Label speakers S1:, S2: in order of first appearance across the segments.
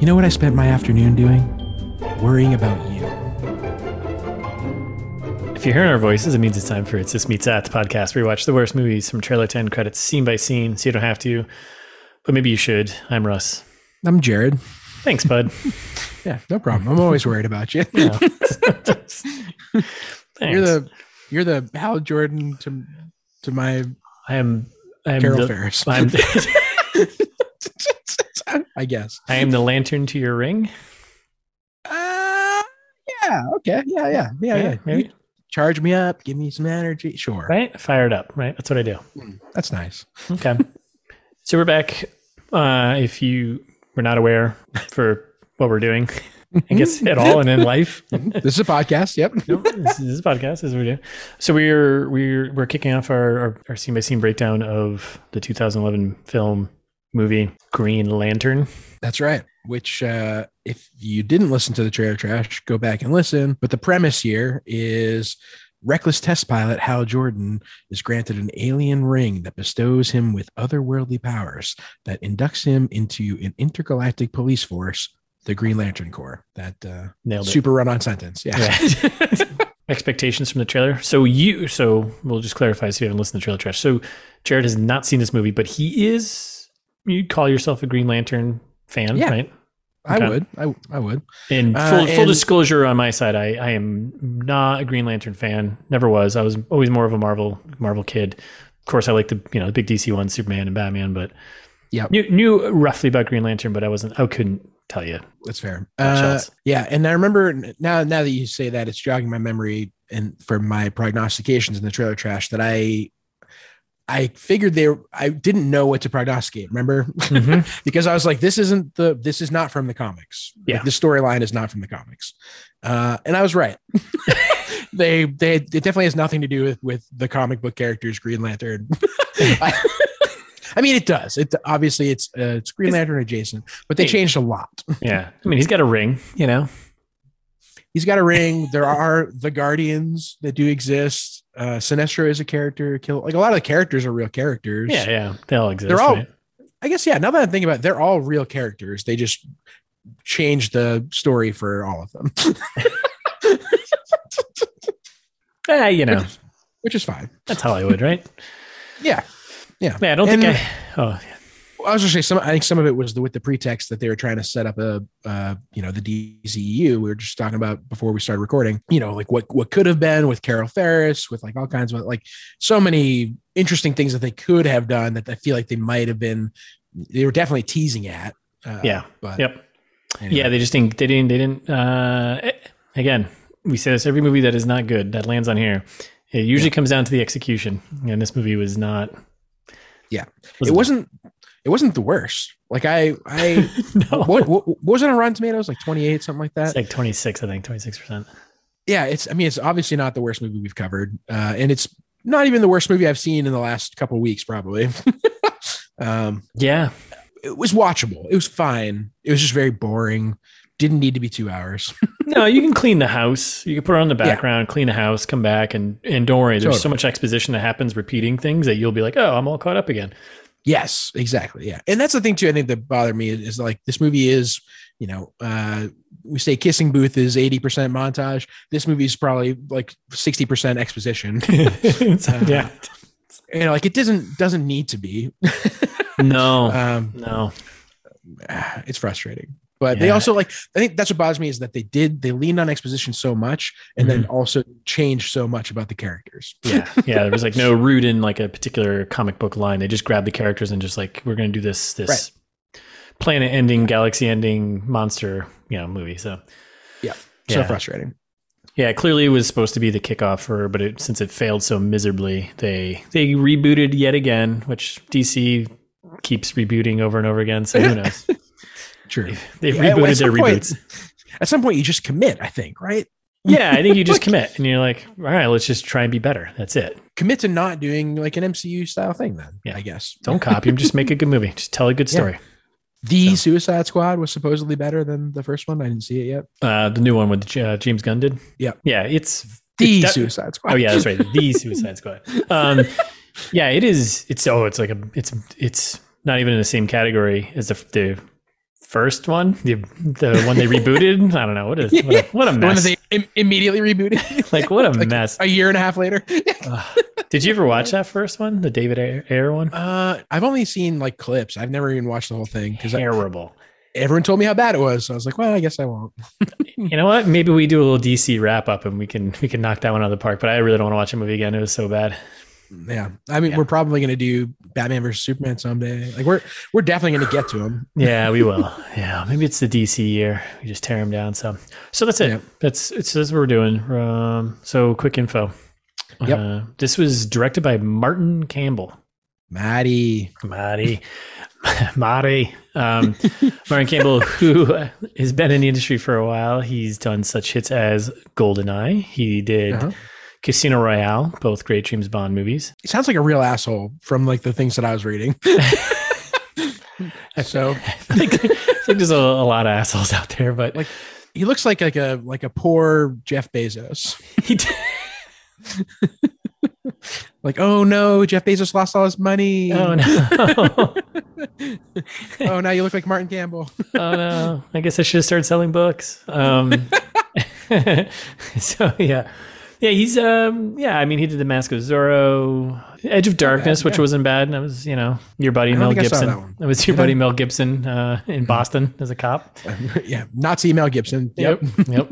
S1: You know what I spent my afternoon doing? Worrying about you.
S2: If you're hearing our voices, it means it's time for It's This Meets That, the podcast where we watch the worst movies from trailer to end credits, scene by scene, so you don't have to, but maybe you should. I'm Russ.
S1: I'm Jared.
S2: Thanks, bud.
S1: Yeah, no problem. I'm always worried about you.
S2: Yeah. Thanks.
S1: You're the you're the Hal Jordan to to my
S2: I am I am
S1: Carol
S2: the,
S1: Ferris.
S2: I'm,
S1: I guess.
S2: I am the lantern to your ring.
S1: Uh, yeah. Okay. Yeah. Yeah. Yeah. Mm-hmm. Yeah.
S2: maybe.
S1: You charge me up. Give me some energy. Sure.
S2: Right? Fired up, right? That's what I do.
S1: That's nice.
S2: Okay. so we're back. Uh, if you were not aware for what we're doing, I guess at all and in life.
S1: This is a podcast. Yep.
S2: Nope, this, is a podcast. This is what we do. So we're we're we're kicking off our our, our scene by scene breakdown of the 2011 film movie Green Lantern.
S1: That's right. Which, uh, if you didn't listen to the trailer trash, go back and listen. But the premise here is reckless test pilot Hal Jordan is granted an alien ring that bestows him with otherworldly powers that inducts him into an intergalactic police force, the Green Lantern Corps. That uh,
S2: Nailed it.
S1: super run on sentence. Yeah.
S2: Yeah. Expectations from the trailer. So you, so we'll just clarify so you haven't listened to the trailer trash. So Jared has not seen this movie, but he is. You call yourself a Green Lantern fan,
S1: Yeah.
S2: right?
S1: I
S2: Okay.
S1: would. I, I would.
S2: And full,
S1: Uh,
S2: full
S1: and-
S2: disclosure on my side, I, I am not a Green Lantern fan. Never was. I was always more of a Marvel Marvel kid. Of course, I like the you know the big DC ones, Superman and Batman, but
S1: Yep.
S2: knew, knew roughly about Green Lantern, but I wasn't. I couldn't tell you.
S1: That's fair.
S2: Watch
S1: Uh,
S2: outs.
S1: yeah, and I remember n- now. Now that you say that, it's jogging my memory and for my prognostications in the trailer trash that I, I figured they. were- I didn't know what to prognosticate. Remember, because I was like, this isn't the. This is not from the comics. Like,
S2: Yeah.
S1: the storyline is not from the comics, uh, and I was right. they they it definitely has nothing to do with with the comic book characters Green Lantern. I, I mean, it does. It obviously it's uh, it's Green
S2: It's-
S1: Lantern adjacent, but they
S2: Hey.
S1: changed a lot.
S2: yeah, I mean he's got a ring, you know.
S1: he's got a ring. There are the Guardians that do exist. Uh, Sinestro is a character. Kill like a lot of the characters are real characters.
S2: Yeah, yeah, they all exist.
S1: They're all-
S2: right?
S1: I guess yeah. Now that I'm thinking about, it, they're all real characters. They just changed the story for all of them,
S2: Eh, you know
S1: which is fine.
S2: that's Hollywood, right?
S1: Yeah,
S2: Yeah, I don't
S1: And-
S2: think I. Oh,
S1: I was gonna say some. I think some of it was the, with the pretext that they were trying to set up a, uh, you know, the DCEU. We were just talking about before we started recording. You know, like what what could have been with Carol Ferris, with like all kinds of like so many interesting things that they could have done that I feel like they might have been. They were definitely teasing at. Uh,
S2: yeah,
S1: But
S2: yep.
S1: anyway.
S2: Yeah, they just didn't. They didn't. They didn't. Uh, eh, again, we say this every movie that is not good that lands on here. It usually comes down to the execution, and this movie was not.
S1: Yeah. it wasn't. It wasn't the worst. Like I, I
S2: no.
S1: what, what, what was it on Rotten Tomatoes? Like twenty eight, something like that.
S2: It's like twenty six, I think twenty six percent.
S1: yeah, it's. I mean, it's obviously not the worst movie we've covered, uh, and it's not even the worst movie I've seen in the last couple of weeks. Probably, um,
S2: Yeah,
S1: it was watchable. It was fine. It was just very boring. Didn't need to be two hours.
S2: no, you can clean the house. You can put it on the
S1: Yeah.
S2: background, clean the house, come back, and and don't worry. There's so
S1: Totally.
S2: much exposition that happens, repeating things that you'll be like, oh, I'm all caught up again.
S1: yes, exactly. Yeah, and that's the thing too. I think that bothered me is, is like this movie is, you know, uh, we say kissing booth is eighty percent montage. This movie is probably like sixty percent exposition.
S2: It's-
S1: Uh,
S2: yeah,
S1: you know, like it doesn't doesn't need to be.
S2: no,
S1: Um,
S2: no,
S1: ah, it's frustrating. But they
S2: Yeah.
S1: also like I think that's what bothers me is that they did they leaned on exposition so much and then also changed so much about the characters.
S2: yeah, yeah. There was like no root in like a particular comic book line. They just grabbed the characters and just like we're gonna do this this planet ending, galaxy ending, monster you know movie. So
S1: So
S2: Yeah.
S1: frustrating.
S2: yeah, clearly it was supposed to be the kickoff for, but it, since it failed so miserably, they they rebooted yet again, which DC keeps rebooting over and over again. So who knows?
S1: True.
S2: They've
S1: Yeah, at
S2: rebooted
S1: some
S2: their
S1: point-
S2: reboots.
S1: At some point you just commit, I think, right?
S2: yeah, I think you just commit and you're like, all right, let's just try and be better. That's it.
S1: Commit to not doing like an MCU style thing then,
S2: Yeah.
S1: I guess.
S2: Don't copy them. Just make a good movie. Just tell a good
S1: Yeah.
S2: story.
S1: The
S2: So-
S1: Suicide Squad was supposedly better than the first one. I didn't see it yet.
S2: Uh, the new one with uh, James Gunn did.
S1: Yeah.
S2: yeah, it's
S1: The
S2: it's that-
S1: Suicide Squad.
S2: Oh yeah, that's right. The Suicide Squad. Um, Yeah, it is. It's oh, it's like a it's it's not even in the same category as the the first one, the the one they rebooted. I don't know what is what a, what a
S1: The one that
S2: mess.
S1: they im- immediately rebooted
S2: like what a
S1: like,
S2: mess.
S1: a year and a half later.
S2: Ugh. did you ever watch that first one, the David Ayer, Ayer one?
S1: Uh, I've only seen like clips. I've never even watched the whole thing because
S2: Terrible.
S1: everyone told me how bad it was. So I was like, well, I guess I won't. Hmm.
S2: You know what? Maybe we do a little DC wrap up and we can we can knock that one out of the park. But I really don't want to watch a movie again. It was so bad.
S1: Yeah, I mean,
S2: Yeah.
S1: we're probably gonna do Batman versus Superman someday. Like we're we're definitely gonna get to him.
S2: Yeah, we will. yeah, maybe it's the DC year. We just tear them down. So, so that's it.
S1: Yep.
S2: That's it's that's what we're doing. Um, so quick info.
S1: Yep.
S2: Uh, this was directed by Martin Campbell.
S1: Maddie,
S2: Marty, Marty, um, Martin Campbell, who has been in the industry for a while. He's done such hits as Goldeneye. He did
S1: Uh-huh.
S2: Casino Royale, both great James Bond movies.
S1: he sounds like a real asshole from like the things that I was reading. so
S2: like, I feel like there's a, a lot of assholes out there, but
S1: Like- he looks like like a like a poor Jeff Bezos.
S2: he did,
S1: Like, oh no, Jeff Bezos lost all his money.
S2: oh no,
S1: oh now you look like Martin Campbell.
S2: oh no. I guess I should have started selling books. Um, so yeah, yeah, he's um, yeah. I mean, he did the Mask of Zorro, Edge of Darkness, which
S1: yeah.
S2: wasn't bad. And I was, you know, your buddy
S1: I don't
S2: Mel
S1: think I saw
S2: Gibson.
S1: that one. Mm-hmm.
S2: It was your
S1: Did I?
S2: buddy Mel Gibson uh, in Boston as a cop.
S1: yeah, Nazi Mel Gibson. Yep.
S2: yep.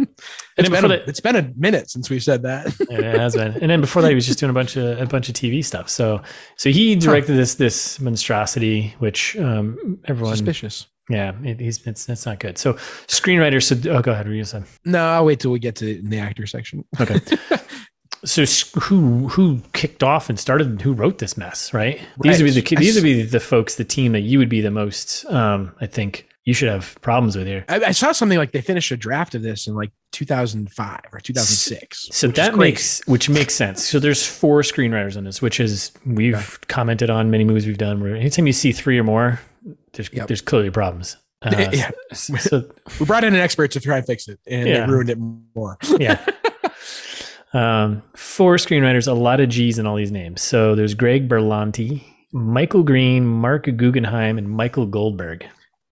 S2: And
S1: It's
S2: then
S1: been,
S2: before
S1: a,
S2: that,
S1: it's been a minute since we've said that.
S2: it has been. And then before that, he was just doing a bunch of a bunch of TV stuff. So, so he directed this this monstrosity, which um, everyone,
S1: Suspicious.
S2: yeah, it, he's it's that's not good. So, screenwriter. So, oh, go ahead, read some.
S1: No, I'll wait till we get to the actor section.
S2: Okay. so s- who who kicked off and started? Who wrote this mess? Right. These would be the ki-
S1: Right.
S2: these would be the folks, the team that you would be the most. Um, I think you should have problems with here.
S1: I, I saw something like they finished a draft of this in like 2005 or 2006.
S2: So
S1: which is
S2: that
S1: crazy.
S2: makes which makes sense. So there's four screenwriters on this, which is we've commented on many movies we've done. Where anytime you see three or more, there's
S1: Yep.
S2: there's clearly problems. Uh,
S1: Yeah.
S2: So, so-
S1: we brought in an expert to try and fix it, and
S2: Yeah.
S1: they ruined it more.
S2: yeah. Um, four screenwriters, a lot of G's in all these names. So there's Greg Berlanti, Michael Green, Mark Guggenheim, and Michael Goldberg.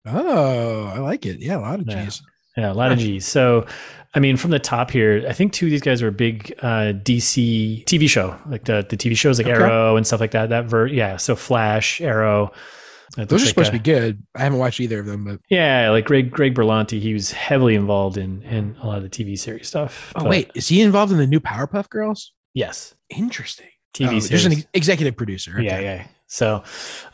S1: Oh, I like it. Yeah, a lot of
S2: Yeah.
S1: G's.
S2: Yeah, a lot of G's. So, I mean, from the top here, I think two of these guys were big uh, DC TV show, like the, the TV shows like
S1: Okay.
S2: Arrow and stuff like that. That ver- yeah, so Flash, Arrow. It
S1: Those
S2: looks
S1: are
S2: like
S1: supposed
S2: a-
S1: to be good. I haven't watched either of them, but
S2: Yeah, like Greg Greg Berlanti, he was heavily involved in in a lot of the TV series stuff.
S1: oh
S2: But-
S1: wait, is he involved in the new Powerpuff Girls?
S2: yes,
S1: Interesting. oh,
S2: TV series.
S1: There's an ex- executive producer. Okay.
S2: Yeah, yeah. So,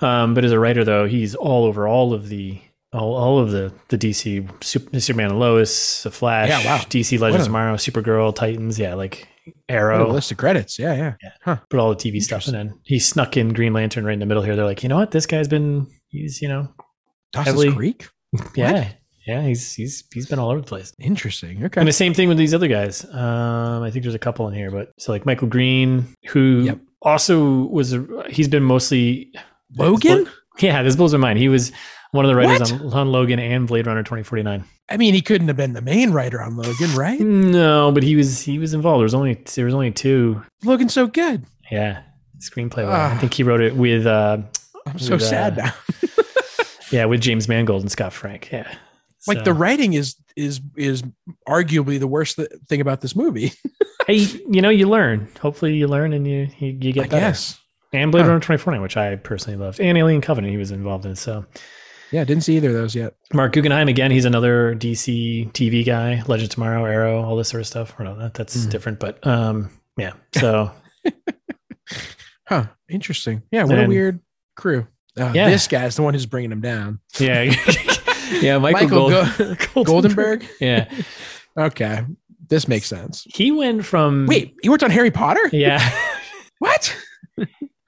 S2: um, but as a writer though, he's all over all of the all, all of the the DC Sup- Superman and Lois, the Flash,
S1: Yeah, wow.
S2: DC Legends
S1: a-
S2: Tomorrow, Supergirl, Titans, yeah, like
S1: What a
S2: Arrow,
S1: list of credits. Yeah, yeah.
S2: put all the TV stuff, and then he snuck in Green Lantern right in the middle here. They're like, you know what, this guy's been he's you know
S1: Dawson's
S2: Heavily-
S1: Creek.
S2: yeah yeah he's he's he's been all over the place.
S1: Interesting. Okay.
S2: And the same thing with these other guys. Um, I think there's a couple in here, but so like Michael Green, who
S1: Yep.
S2: also was a, he's been mostly
S1: Logan?
S2: Yeah, this blows my mind. He was one of the writers
S1: What?
S2: on, on Logan and Blade Runner 2049.
S1: I mean, he couldn't have been the main writer on Logan,
S2: Hmm.
S1: right?
S2: No, but he was he was involved. There was only there was only two.
S1: Logan's so good.
S2: Yeah, screenplay. I
S1: Ah.
S2: think he wrote it with uh,
S1: I'm so
S2: With, uh,
S1: sad now.
S2: yeah with James Mangold and Scott Frank. Yeah,
S1: like
S2: So-
S1: the writing is is is arguably the worst th- thing about this movie.
S2: hey, you know you learn. Hopefully you learn and you you, you
S1: I
S2: get better.
S1: guess.
S2: And Blade
S1: Huh.
S2: Runner 2049, which I personally loved, and Alien Covenant he was involved in. So
S1: Yeah, didn't see either of those yet.
S2: Mark Guggenheim again. He's another DC TV guy. Legend of Tomorrow, Arrow, all this sort of stuff. Or no, that, that's
S1: Mhm.
S2: different. But um, yeah. So
S1: Huh. Interesting. Yeah, what
S2: And-
S1: a weird crew. Uh,
S2: Yeah.
S1: This guy's the one who's bringing him down.
S2: yeah, yeah. Michael,
S1: Michael
S2: Gold- Goldenberg.
S1: Goldenberg.
S2: Yeah,
S1: Okay, this makes sense.
S2: he went from
S1: Wait, he worked on Harry Potter?
S2: Mm. yeah.
S1: What?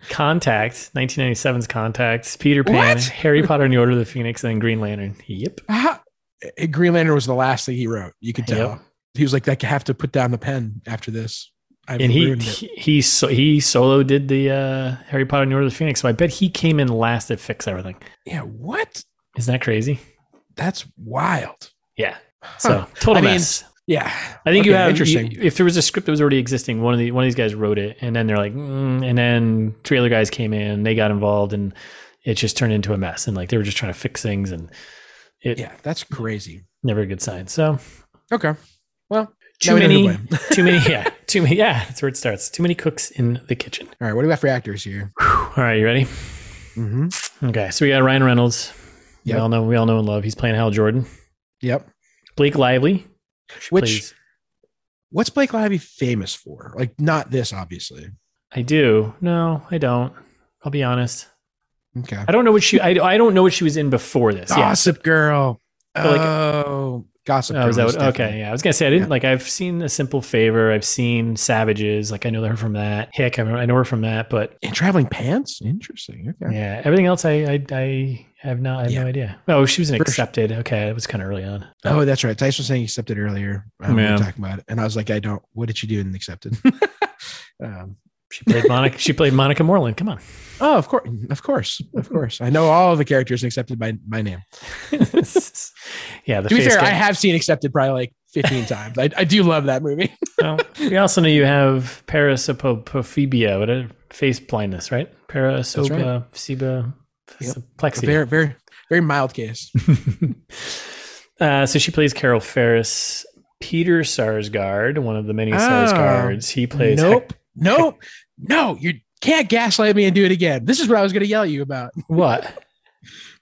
S2: Contact, 1997's Contact, Peter Pan,
S1: What?
S2: Harry Potter and the Order of the Phoenix, and then Green Lantern. Yep.
S1: How- Uh, Green Lantern was the last thing he wrote. You could tell.
S2: Yep.
S1: He was like, "I have to put down the pen after this." I've
S2: and he
S1: ruined it."
S2: he he, so, he solo did the uh, Harry Potter and the Order of the Phoenix, so I bet he came in last to fix everything.
S1: yeah, what?
S2: Isn't that crazy?
S1: That's wild.
S2: Yeah.
S1: Huh.
S2: So total
S1: I mean,
S2: mess.
S1: Yeah,
S2: I think you
S1: Okay,
S2: have.
S1: interesting.
S2: you- if there was a script that was already existing, one of the one of these guys wrote it, and then they're like, mm, and then two other guys came in, they got involved, and it just turned into a mess. And like they were just trying to fix things, and it
S1: yeah, that's crazy.
S2: never a good sign. So
S1: Okay, well,
S2: too
S1: now we know who
S2: many,
S1: to blame.
S2: too many, yeah, too many, yeah. That's where it starts. Too many cooks in the kitchen.
S1: All right, what do we have for actors here?
S2: All right, you ready?
S1: Mm-hmm.
S2: Okay, so we got Ryan Reynolds.
S1: Yep.
S2: We all know, we all know and love. He's playing Hal Jordan.
S1: Yep.
S2: Blake Lively,
S1: Which
S2: plays-
S1: what's Blake Lively famous for? Like not this, obviously.
S2: I do. No, I don't. I'll be honest.
S1: Okay.
S2: I don't know what she. I, I don't know what she was in before this. Yeah.
S1: Gossip Girl.
S2: But, like-
S1: oh, Gossip Girl.
S2: Oh, is that what, okay?
S1: definitely-
S2: Yeah, I was gonna say I didn't
S1: Yeah.
S2: like. I've seen A Simple Favor. I've seen Savages. Like I know her from that. Hick. I, remember, I know her from that. But
S1: And traveling pants. Interesting. Okay.
S2: yeah, everything else, I I, I have not. I have
S1: Yeah.
S2: no idea. Oh, she was an
S1: First-
S2: accepted. Okay, that was kind of early on.
S1: Oh, that's right. Tyson was saying he accepted earlier. Um, We
S2: Yeah.
S1: were talking about it, and I was like, I don't. What did she do in accepted? um,
S2: She played Monica. she played Monica Moreland. Come on.
S1: oh, of course, of course, of course. I know all of the characters in accepted by by name.
S2: yeah. The
S1: to be
S2: face
S1: fair,
S2: guy.
S1: I have seen accepted probably like fifteen times. I, I do love that movie.
S2: well, we also know you have parasopophobia, what a face blindness, right? Parasopophobia.
S1: Yep.
S2: Plexi.
S1: Very, very, very mild case.
S2: uh, so she plays Carol Ferris. Peter Sarsgaard, one of the many
S1: Oh.
S2: Sarsgaards, he plays.
S1: Nope. Nope. No, you can't gaslight me and do it again. This is what I was going to yell at you about.
S2: what?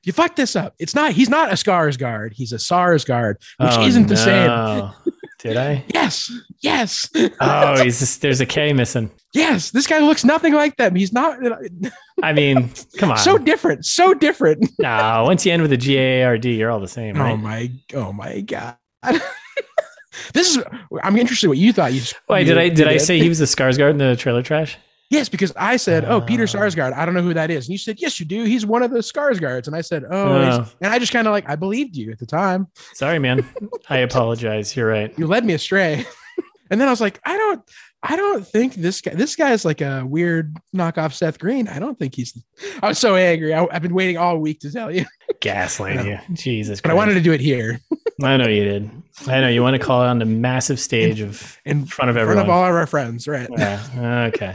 S1: You fucked this up. It's not, he's not a Scars guard. He's a SARS guard, which
S2: Oh,
S1: isn't the same.
S2: no. Did I?
S1: Yes. Yes.
S2: Oh, he's just, there's a K missing.
S1: Yes. This guy looks nothing like them. He's not uh,
S2: I mean, come on.
S1: so different. So different.
S2: no, once you end with a G A R D, you're all the same, right?
S1: Oh my, oh my God. this is, I'm interested what you thought. You,
S2: Wait, did
S1: you-
S2: I did I
S1: you
S2: say he was the Skarsgård in the trailer trash?
S1: Yes, because I said, "Oh, Peter
S2: Oh.
S1: Sarsgaard." I don't know who that is, and you said, "Yes, you do. He's one of the Sarsgaards." And I said, "Oh,"
S2: Oh.
S1: and I just kind of like I believed you at the time.
S2: Sorry, man. I apologize. You're right.
S1: You led me astray, and then I was like, "I don't, I don't think this guy. This guy is like a weird knockoff Seth Green. I don't think he's." I was so angry. I, I've been waiting all week to tell you,
S2: Gaslighting you. Jesus
S1: but
S2: Christ.
S1: I wanted to do it here
S2: I know you did. I know you want to call on the massive stage of
S1: in
S2: in front of
S1: front
S2: everyone.
S1: of all of our friends, right?
S2: yeah. Okay.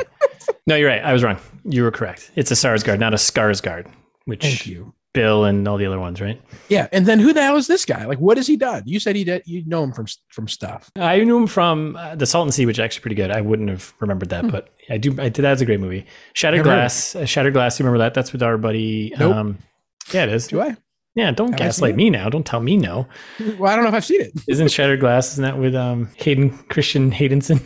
S2: No, you're right. I was wrong. You were correct. It's a Sarsgaard, not a Skarsgård,
S1: Thank
S2: which
S1: you.
S2: Bill and all the other ones, right?
S1: Yeah, and then who the hell is this guy? Like, what has he done? You said he did. You know him from from stuff.
S2: I knew him from uh, The Salton Sea, which is actually pretty good. I wouldn't have remembered that, but I do. I, that's a great movie. Shattered
S1: Hmm. Never heard of
S2: Glass. uh, Shattered Glass. You remember that? That's with our buddy.
S1: Nope.
S2: Um, yeah, it is.
S1: Do I?
S2: Yeah, don't
S1: Have I seen
S2: gaslight
S1: it?
S2: me now. Don't tell me no.
S1: Well, I don't know if I've seen it.
S2: Isn't Shattered Glass? Isn't that with um, Hayden Christian Haydenson?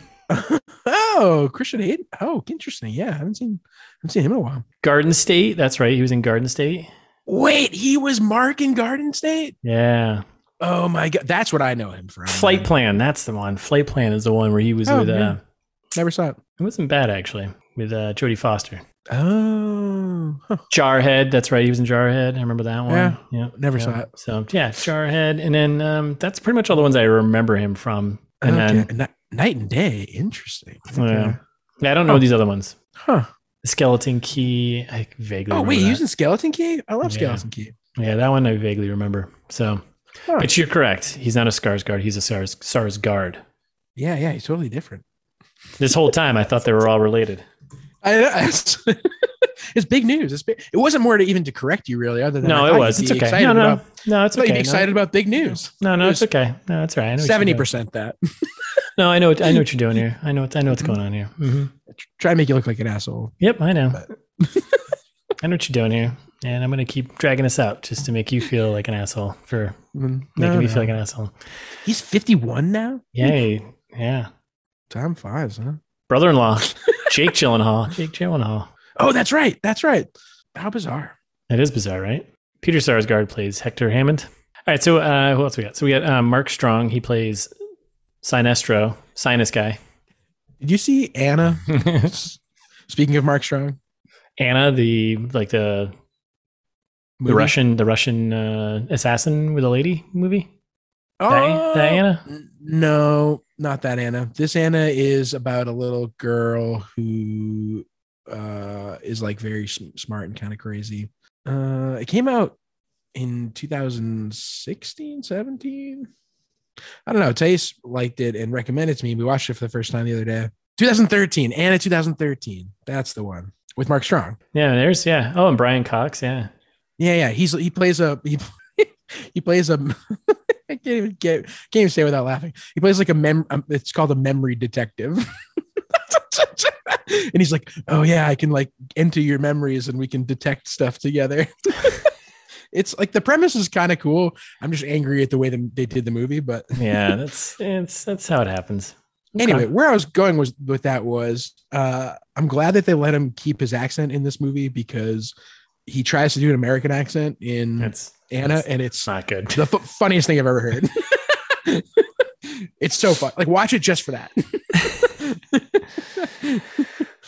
S1: Oh, Christian Hayden. Oh, interesting. Yeah, I haven't seen I haven't seen him in a while.
S2: Garden State. That's right. He was in Garden State.
S1: Wait, he was Mark in Garden State.
S2: Yeah.
S1: Oh my god, that's what I know him from.
S2: Flight Plan. That's the one. Flight Plan is the one where he was
S1: Oh,
S2: with.
S1: yeah.
S2: Uh,
S1: Never saw it.
S2: it wasn't bad actually. With uh, Jodie Foster.
S1: Oh, huh.
S2: Jarhead. That's right. He was in Jarhead. I remember that one.
S1: Yeah.
S2: Yeah.
S1: never
S2: yeah.
S1: saw it.
S2: So yeah, Jarhead, and then um, that's pretty much all the ones I remember him from. And
S1: okay.
S2: then Oh,
S1: Ni- night and day. Interesting.
S2: yeah.
S1: Okay.
S2: Yeah, I don't know
S1: Oh.
S2: these other ones.
S1: Huh.
S2: Skeleton Key. I vaguely.
S1: Oh
S2: remember
S1: wait,
S2: that.
S1: using Skeleton Key. I love
S2: Yeah.
S1: Skeleton Key.
S2: Yeah, that one I vaguely remember. So,
S1: Huh.
S2: but you're correct. He's not a Sars guard. He's a Sars Sars guard.
S1: Yeah, yeah, he's totally different.
S2: This whole time, I thought they were all related.
S1: I, I- it's, big news. It's big, it wasn't more to even to correct you really, other than I
S2: no,
S1: thought
S2: it was.
S1: you'd
S2: It's
S1: be
S2: okay.
S1: excited
S2: No, no,
S1: About,
S2: no, it's
S1: I thought you'd
S2: okay.
S1: be excited about big news.
S2: No, no,
S1: It
S2: it's
S1: was
S2: okay. No, that's right. I know what you're
S1: Seventy
S2: doing.
S1: percent that.
S2: No, I know. What, I know what you're doing here. I know. What, I know what's going on here. hmm
S1: Try to make you look like an asshole.
S2: Yep, I know.
S1: Mm-hmm. But-
S2: I know what you're doing here, and I'm gonna keep dragging this out just to make you feel like an asshole for
S1: Mm,
S2: making
S1: no,
S2: me
S1: no.
S2: feel like an asshole.
S1: He's 51 now.
S2: Yay, yeah.
S1: Time flies, huh?
S2: Brother-in-law, Jake Gyllenhaal. Jake Gyllenhaal.
S1: Oh, that's right. That's right. How bizarre.
S2: That is bizarre, right? Peter Sarsgaard plays Hector Hammond. All right, so uh, who else we got? So we got uh, Mark Strong. He plays Sinestro, Sinus guy.
S1: Did you see Anna? S- Speaking of Mark Strong,
S2: Anna, the like the the
S1: movie?
S2: Russian the Russian uh, assassin with a lady movie.
S1: Oh,
S2: Di- Diana.
S1: n- No, not that Anna. This Anna is about a little girl who uh, is like very sm- smart and kind of crazy. Uh, it came out in 2016, 17. I don't know. Tace liked it and recommended it to me. We watched it for the first time the other day. 2013, Anna 2013. That's the one with Mark Strong.
S2: Yeah, there's yeah. Oh, and Brian Cox, yeah.
S1: Yeah, yeah. He's he plays a he, he plays a I can't even get can't even say it without laughing. He plays like a mem. um, It's called a memory detective. and he's like, oh yeah, I can like enter your memories and we can detect stuff together. it's like the premise is kind of cool. I'm just angry at the way the, they did the movie, but
S2: Yeah, that's it's that's how it happens.
S1: anyway, where I was going was with that was uh, I'm glad that they let him keep his accent in this movie because he tries to do an American accent in
S2: That's
S1: Anna,
S2: that's-
S1: and it's
S2: it's not good.
S1: the f- funniest thing I've ever heard. it's so fun. Like watch it just for that.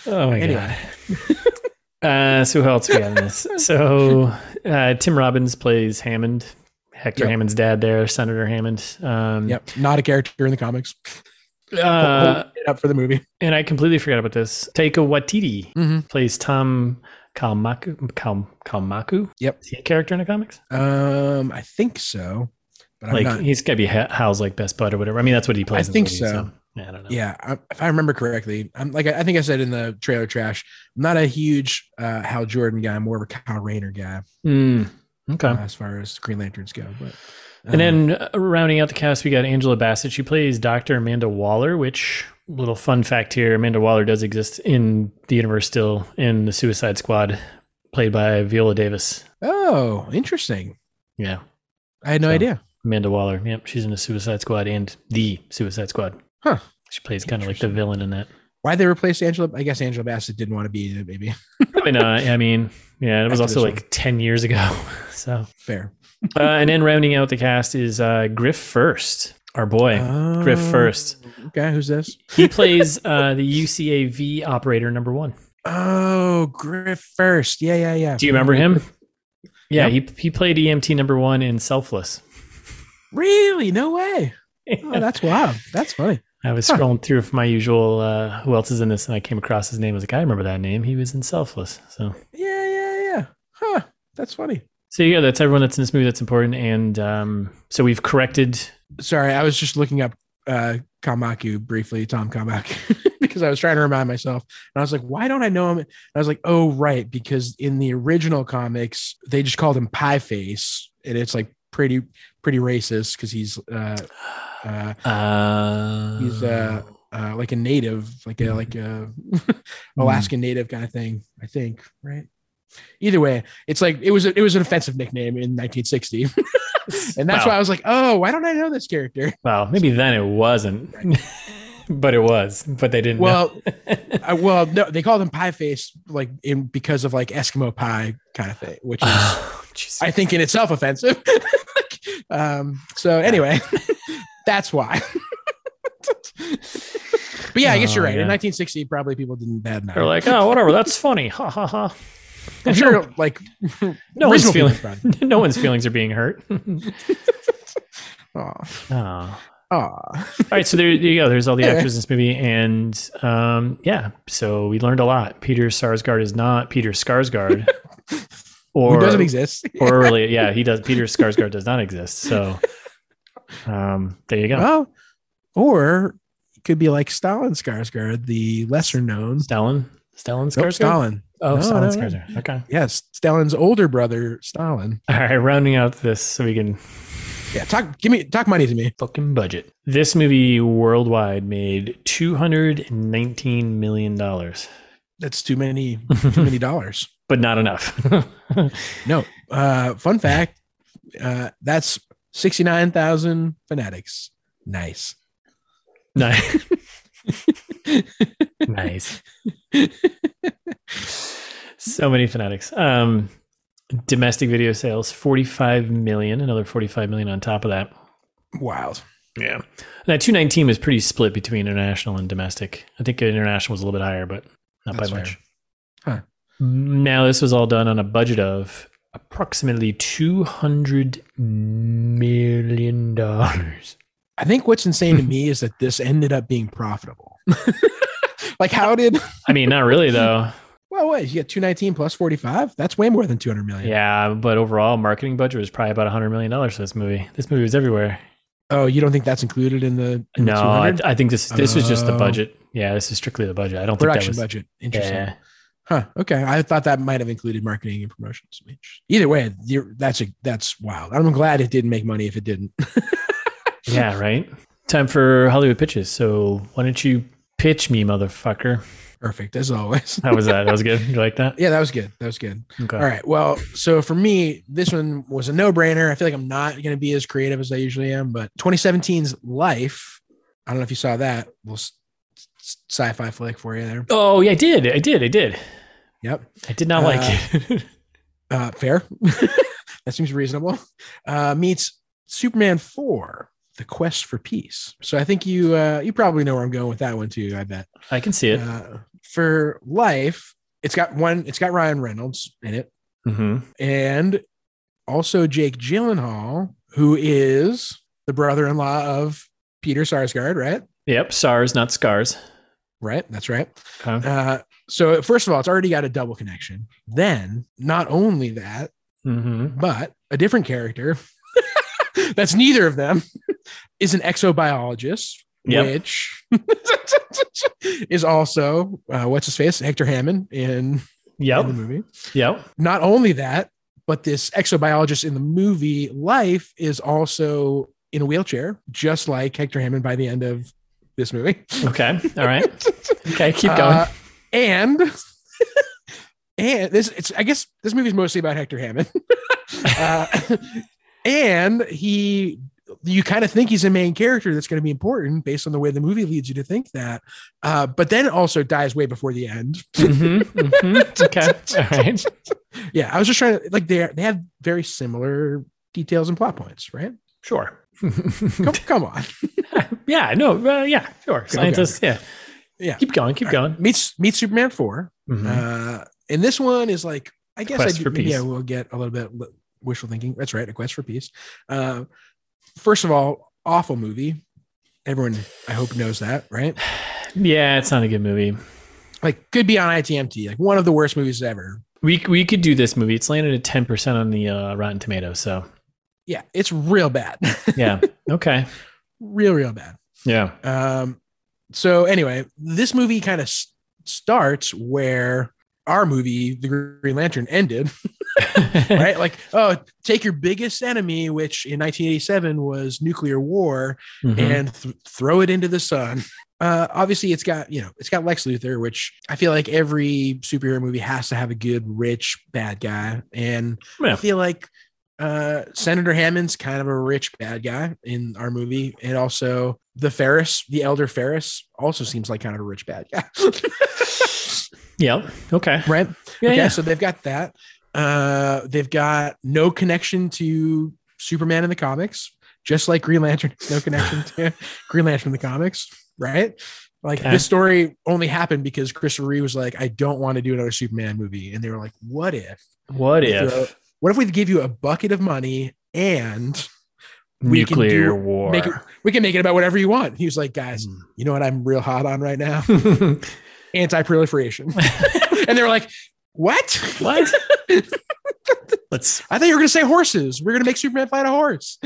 S2: Oh my
S1: Anyway.
S2: god. Uh, so who else we got in this? So uh, Tim Robbins plays Hammond, Hector
S1: Yep.
S2: Hammond's dad, there, Senator Hammond. Um,
S1: Yep, not a character in the comics.
S2: uh,
S1: Hold it up for the movie.
S2: and I completely forgot about this. Taika Waititi
S1: Mhm.
S2: plays Tom Kalmaku. Kalm, Kalmaku.
S1: Yep.
S2: Is he a character in the comics?
S1: Um, I think so, but I'm
S2: like
S1: not.
S2: he's gotta be ha- Hal's like best bud or whatever. I mean, that's what he plays. in the
S1: think
S2: movie,
S1: so.
S2: yeah, I don't know.
S1: Yeah, I, if I remember correctly, I'm like I, I think I said in the trailer trash. I'm not a huge uh, Hal Jordan guy. I'm more of a Kyle Rayner guy
S2: Mm, okay.
S1: uh, as far as Green Lanterns go. But um,
S2: and then uh, rounding out the cast, we got Angela Bassett. She plays Dr. Amanda Waller, which little fun fact here: Amanda Waller does exist in the universe still in the Suicide Squad, played by Viola Davis.
S1: oh, interesting.
S2: Yeah,
S1: I had no
S2: So-
S1: idea.
S2: Amanda Waller. Yep, she's in the Suicide Squad and the Suicide Squad.
S1: Huh.
S2: She plays kind of like the
S1: Interesting.
S2: villain in that.
S1: Why they replaced Angela? I guess Angela Bassett didn't want to be in it. Maybe
S2: Probably not. I mean, yeah, it was
S1: After
S2: also
S1: this
S2: like ten years ago, so.
S1: fair.
S2: uh, and then rounding out the cast is uh, Griff First, our boy. Griff
S1: Oh,
S2: First.
S1: Okay, who's this?
S2: He plays uh, the UCAV operator number one.
S1: Oh, Griff First. Yeah, yeah, yeah.
S2: Do you remember him? Yeah, he, he played EMT number one in Selfless.
S1: Really? No way. Oh, that's wild. That's funny.
S2: I was
S1: Huh.
S2: scrolling through for my usual uh, who else is in this, and I came across his name. I was like, I remember that name. He was in Selfless. So,
S1: Yeah, yeah, yeah. Huh. That's funny.
S2: so yeah, that's everyone that's in this movie that's important. And um, so we've corrected.
S1: Sorry, I was just looking up uh Kamaku briefly, Tom Kamaku, because I was trying to remind myself. And I was like, why don't I know him? And I was like, oh, right, because in the original comics, they just called him Pie Face, and it's like pretty pretty racist because he's uh uh
S2: Uh,
S1: He's, uh, uh, like a native, like a like a Oh,
S2: Mm-hmm. Hmm,
S1: Alaskan native kind of thing. I think, right? Either way, it's like it was a, it was an offensive nickname in 1960, and that's
S2: Wow.
S1: why I was like, oh, why don't I know this character?
S2: Well, maybe then it wasn't, but it was. But they didn't. know.
S1: Well, I, well, no, they called him Pie Face, like in because of like Eskimo pie kind of thing, which is
S2: Oh, jeez.
S1: I think in itself offensive. um, so anyway, that's why. But yeah, I guess you're
S2: Oh,
S1: right.
S2: yeah.
S1: In 1960, probably people didn't bad
S2: they're like, oh, whatever, that's funny. Ha ha ha.
S1: I'm sure, like,
S2: No one's
S1: reasonable
S2: feeling.
S1: people are
S2: no one's feelings are being hurt.
S1: proud.
S2: Aw.
S1: Aw, aw.
S2: All right, so there, you go. There's all the
S1: Yeah.
S2: actors in this movie, and um, yeah, so we learned a lot. Peter Sarsgaard is not Peter Skarsgård,
S1: Who
S2: or
S1: doesn't exist.
S2: or really, yeah, he does. Peter Skarsgård does not exist. So, um, there you go.
S1: Well, or it could be like Stalin Skarsgård, the lesser known.
S2: Stalin, Stalin
S1: Nope,
S2: Skarsgård.
S1: Stalin.
S2: Oh,
S1: No,
S2: Stalin
S1: no, no.
S2: Skarsgård. Okay.
S1: Yes, Stalin's older brother, Stalin.
S2: All right, rounding out this so we can
S1: Yeah, talk. Give me talk money to me.
S2: fucking budget. This movie worldwide made two hundred and nineteen million dollars,
S1: That's too many, too
S2: but
S1: many dollars.
S2: not enough.
S1: No. Uh, fun fact. Uh, that's sixty nine thousand fanatics. Nice.
S2: nice. nice. So many fanatics. Um, domestic video sales forty five million. Another forty five million on top of that.
S1: Wild.
S2: Yeah. Now two nineteen was pretty split between international and domestic. I think international was a little bit higher, but not
S1: That's
S2: by
S1: fair.
S2: much.
S1: Huh.
S2: Now this was all done on a budget of approximately two hundred million dollars.
S1: I think what's insane to me is that this ended up being profitable. like, how did?
S2: I mean, not really though.
S1: Well, wait, you get two nineteen plus forty five. That's way more than two hundred million.
S2: Yeah, but overall marketing budget was probably about hundred million dollars for this movie. This movie was everywhere.
S1: Oh, you don't think that's included in the in the
S2: No, I,
S1: 200?
S2: I think this this was just the
S1: Oh.
S2: budget. Yeah, this is strictly the budget. I don't
S1: production
S2: think that was.
S1: budget? Interesting.
S2: Yeah,
S1: Huh. Okay. I thought that might have included marketing and promotions. Either way, you're, that's a that's wow. I'm glad it didn't make money if it didn't.
S2: yeah, right. Time for Hollywood pitches. So why don't you pitch me, motherfucker?
S1: Perfect as always.
S2: How was that? That was good. You like that?
S1: Yeah, that was good. That was good.
S2: Okay.
S1: All right. Well, so for me, this one was a no brainer. I feel like I'm not going to be as creative as I usually am, but 2017's Life. I don't know if you saw that. Well, sci fi flick for you there.
S2: Oh yeah, I did. I did. I did.
S1: Yep.
S2: I did not like it.
S1: Uh, fair. that seems reasonable. Uh, meets Superman 4, The Quest for Peace. So I think you uh, you probably know where I'm going with that one too, I bet.
S2: I can see it.
S1: Uh, for Life, it's got one, it's got Ryan Reynolds in it.
S2: hmm
S1: and also Jake Gyllenhaal, who is the brother-in-law of Peter Sarsgaard, right?
S2: Yep. SARS, not scars.
S1: Right, that's right.
S2: Okay.
S1: Uh, so first of all, it's already got a double connection. Then, not only that,
S2: hmm
S1: but a different character that's neither of them is an exobiologist,
S2: Yep.
S1: which is also uh, what's his face, Hector Hammond in, in the
S2: Yep.
S1: movie.
S2: Yep.
S1: not only that, but this exobiologist in the movie Life is also in a wheelchair, just like Hector Hammond by the end of this movie.
S2: Okay. All right. Okay. Keep going.
S1: Uh, and and this it's I guess this movie is mostly about Hector Hammond. uh, and he you kind of think he's a main character that's going to be important based on the way the movie leads you to think that, uh, but then also dies way before the end.
S2: hmm hmm Okay. All right.
S1: Yeah, I was just trying to like they they have very similar details and plot points, right?
S2: Sure.
S1: Come, come on,
S2: yeah. No. Uh, yeah. Sure. Scientists. Yeah.
S1: Yeah.
S2: Keep going. Keep
S1: All
S2: going.
S1: meets meet Superman 4
S2: Mhm.
S1: uh, and this one is like I guess
S2: Quest
S1: I do,
S2: for peace.
S1: yeah we'll get a little bit li- wishful thinking. That's right, a quest for peace. Uh, first of all, awful movie. Everyone, I hope knows that, right? Mm-hmm.
S2: yeah. It's not a good movie.
S1: Like, could be on ITMT, like one of the worst movies ever.
S2: We we could do this movie. It's landed at ten percent on the uh, Rotten Tomatoes. So
S1: Yeah, it's real bad,
S2: yeah. Okay.
S1: real real bad.
S2: Yeah.
S1: Um, so anyway, this movie kind of s- starts where our movie, The Green Lantern, ended.
S2: Mm-hmm.
S1: right? Like, oh, take your biggest enemy, which in 1987 was nuclear war,
S2: Mhm.
S1: and th- throw it into the sun. Uh, obviously, it's got you know, it's got Lex Luthor, which I feel like every superhero movie has to have a good, rich bad guy, and
S2: Yeah.
S1: I feel like uh, Senator Hammond's kind of a rich bad guy in our movie, and also the Ferris, the elder Ferris, also seems like kind of a rich bad guy,
S2: Yep. Okay.
S1: right?
S2: Yeah.
S1: okay,
S2: yeah.
S1: so they've got that. Uh, they've got no connection to Superman in the comics, just like Green Lantern. has No connection to Green Lantern in the comics, right? Like
S2: Okay.
S1: this story only happened because Christopher Reeve was like, "I don't want to do another Superman movie," and they were like, "What if?
S2: What
S1: Throw-
S2: if
S1: What if we give you a bucket of money and we can
S2: nuclear
S1: do-
S2: war?
S1: make it? We can make it about whatever you want." He was like, "Guys,
S2: Hmm.
S1: you know what? I'm real hot on right now: anti-proliferation," and they were like, "What?"
S2: what? Let's
S1: I thought you were going to say horses. We're going to make Superman fight a horse.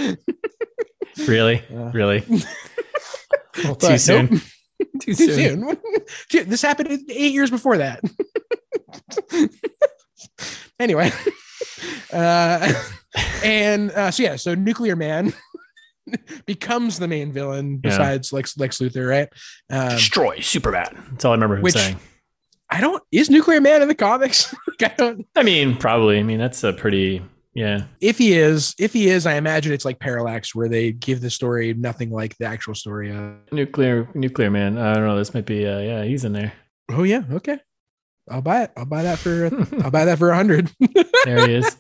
S2: really,
S1: Uh,
S2: really. Well,
S1: But
S2: too,
S1: nope.
S2: soon. too
S1: Too
S2: soon.
S1: soon. Dude, this happened eight years before that. anyway. Uh, and uh, so, yeah, so Nuclear Man becomes the main villain
S2: Yeah.
S1: besides Lex, Lex Luthor, right? Um,
S2: Destroy Superman. That's all I remember him
S1: Which-
S2: saying.
S1: I don't, is Nuclear Man in the comics? Like, I don't,
S2: I mean, probably. I mean, that's a pretty yeah.
S1: if he is, if he is, I imagine it's like Parallax where they give the story nothing like the actual story of
S2: Nuclear nuclear man. I don't know. This might be uh, yeah. He's in there.
S1: Oh yeah, okay. I'll buy it. I'll buy that for I'll buy that for a hundred.
S2: there he is.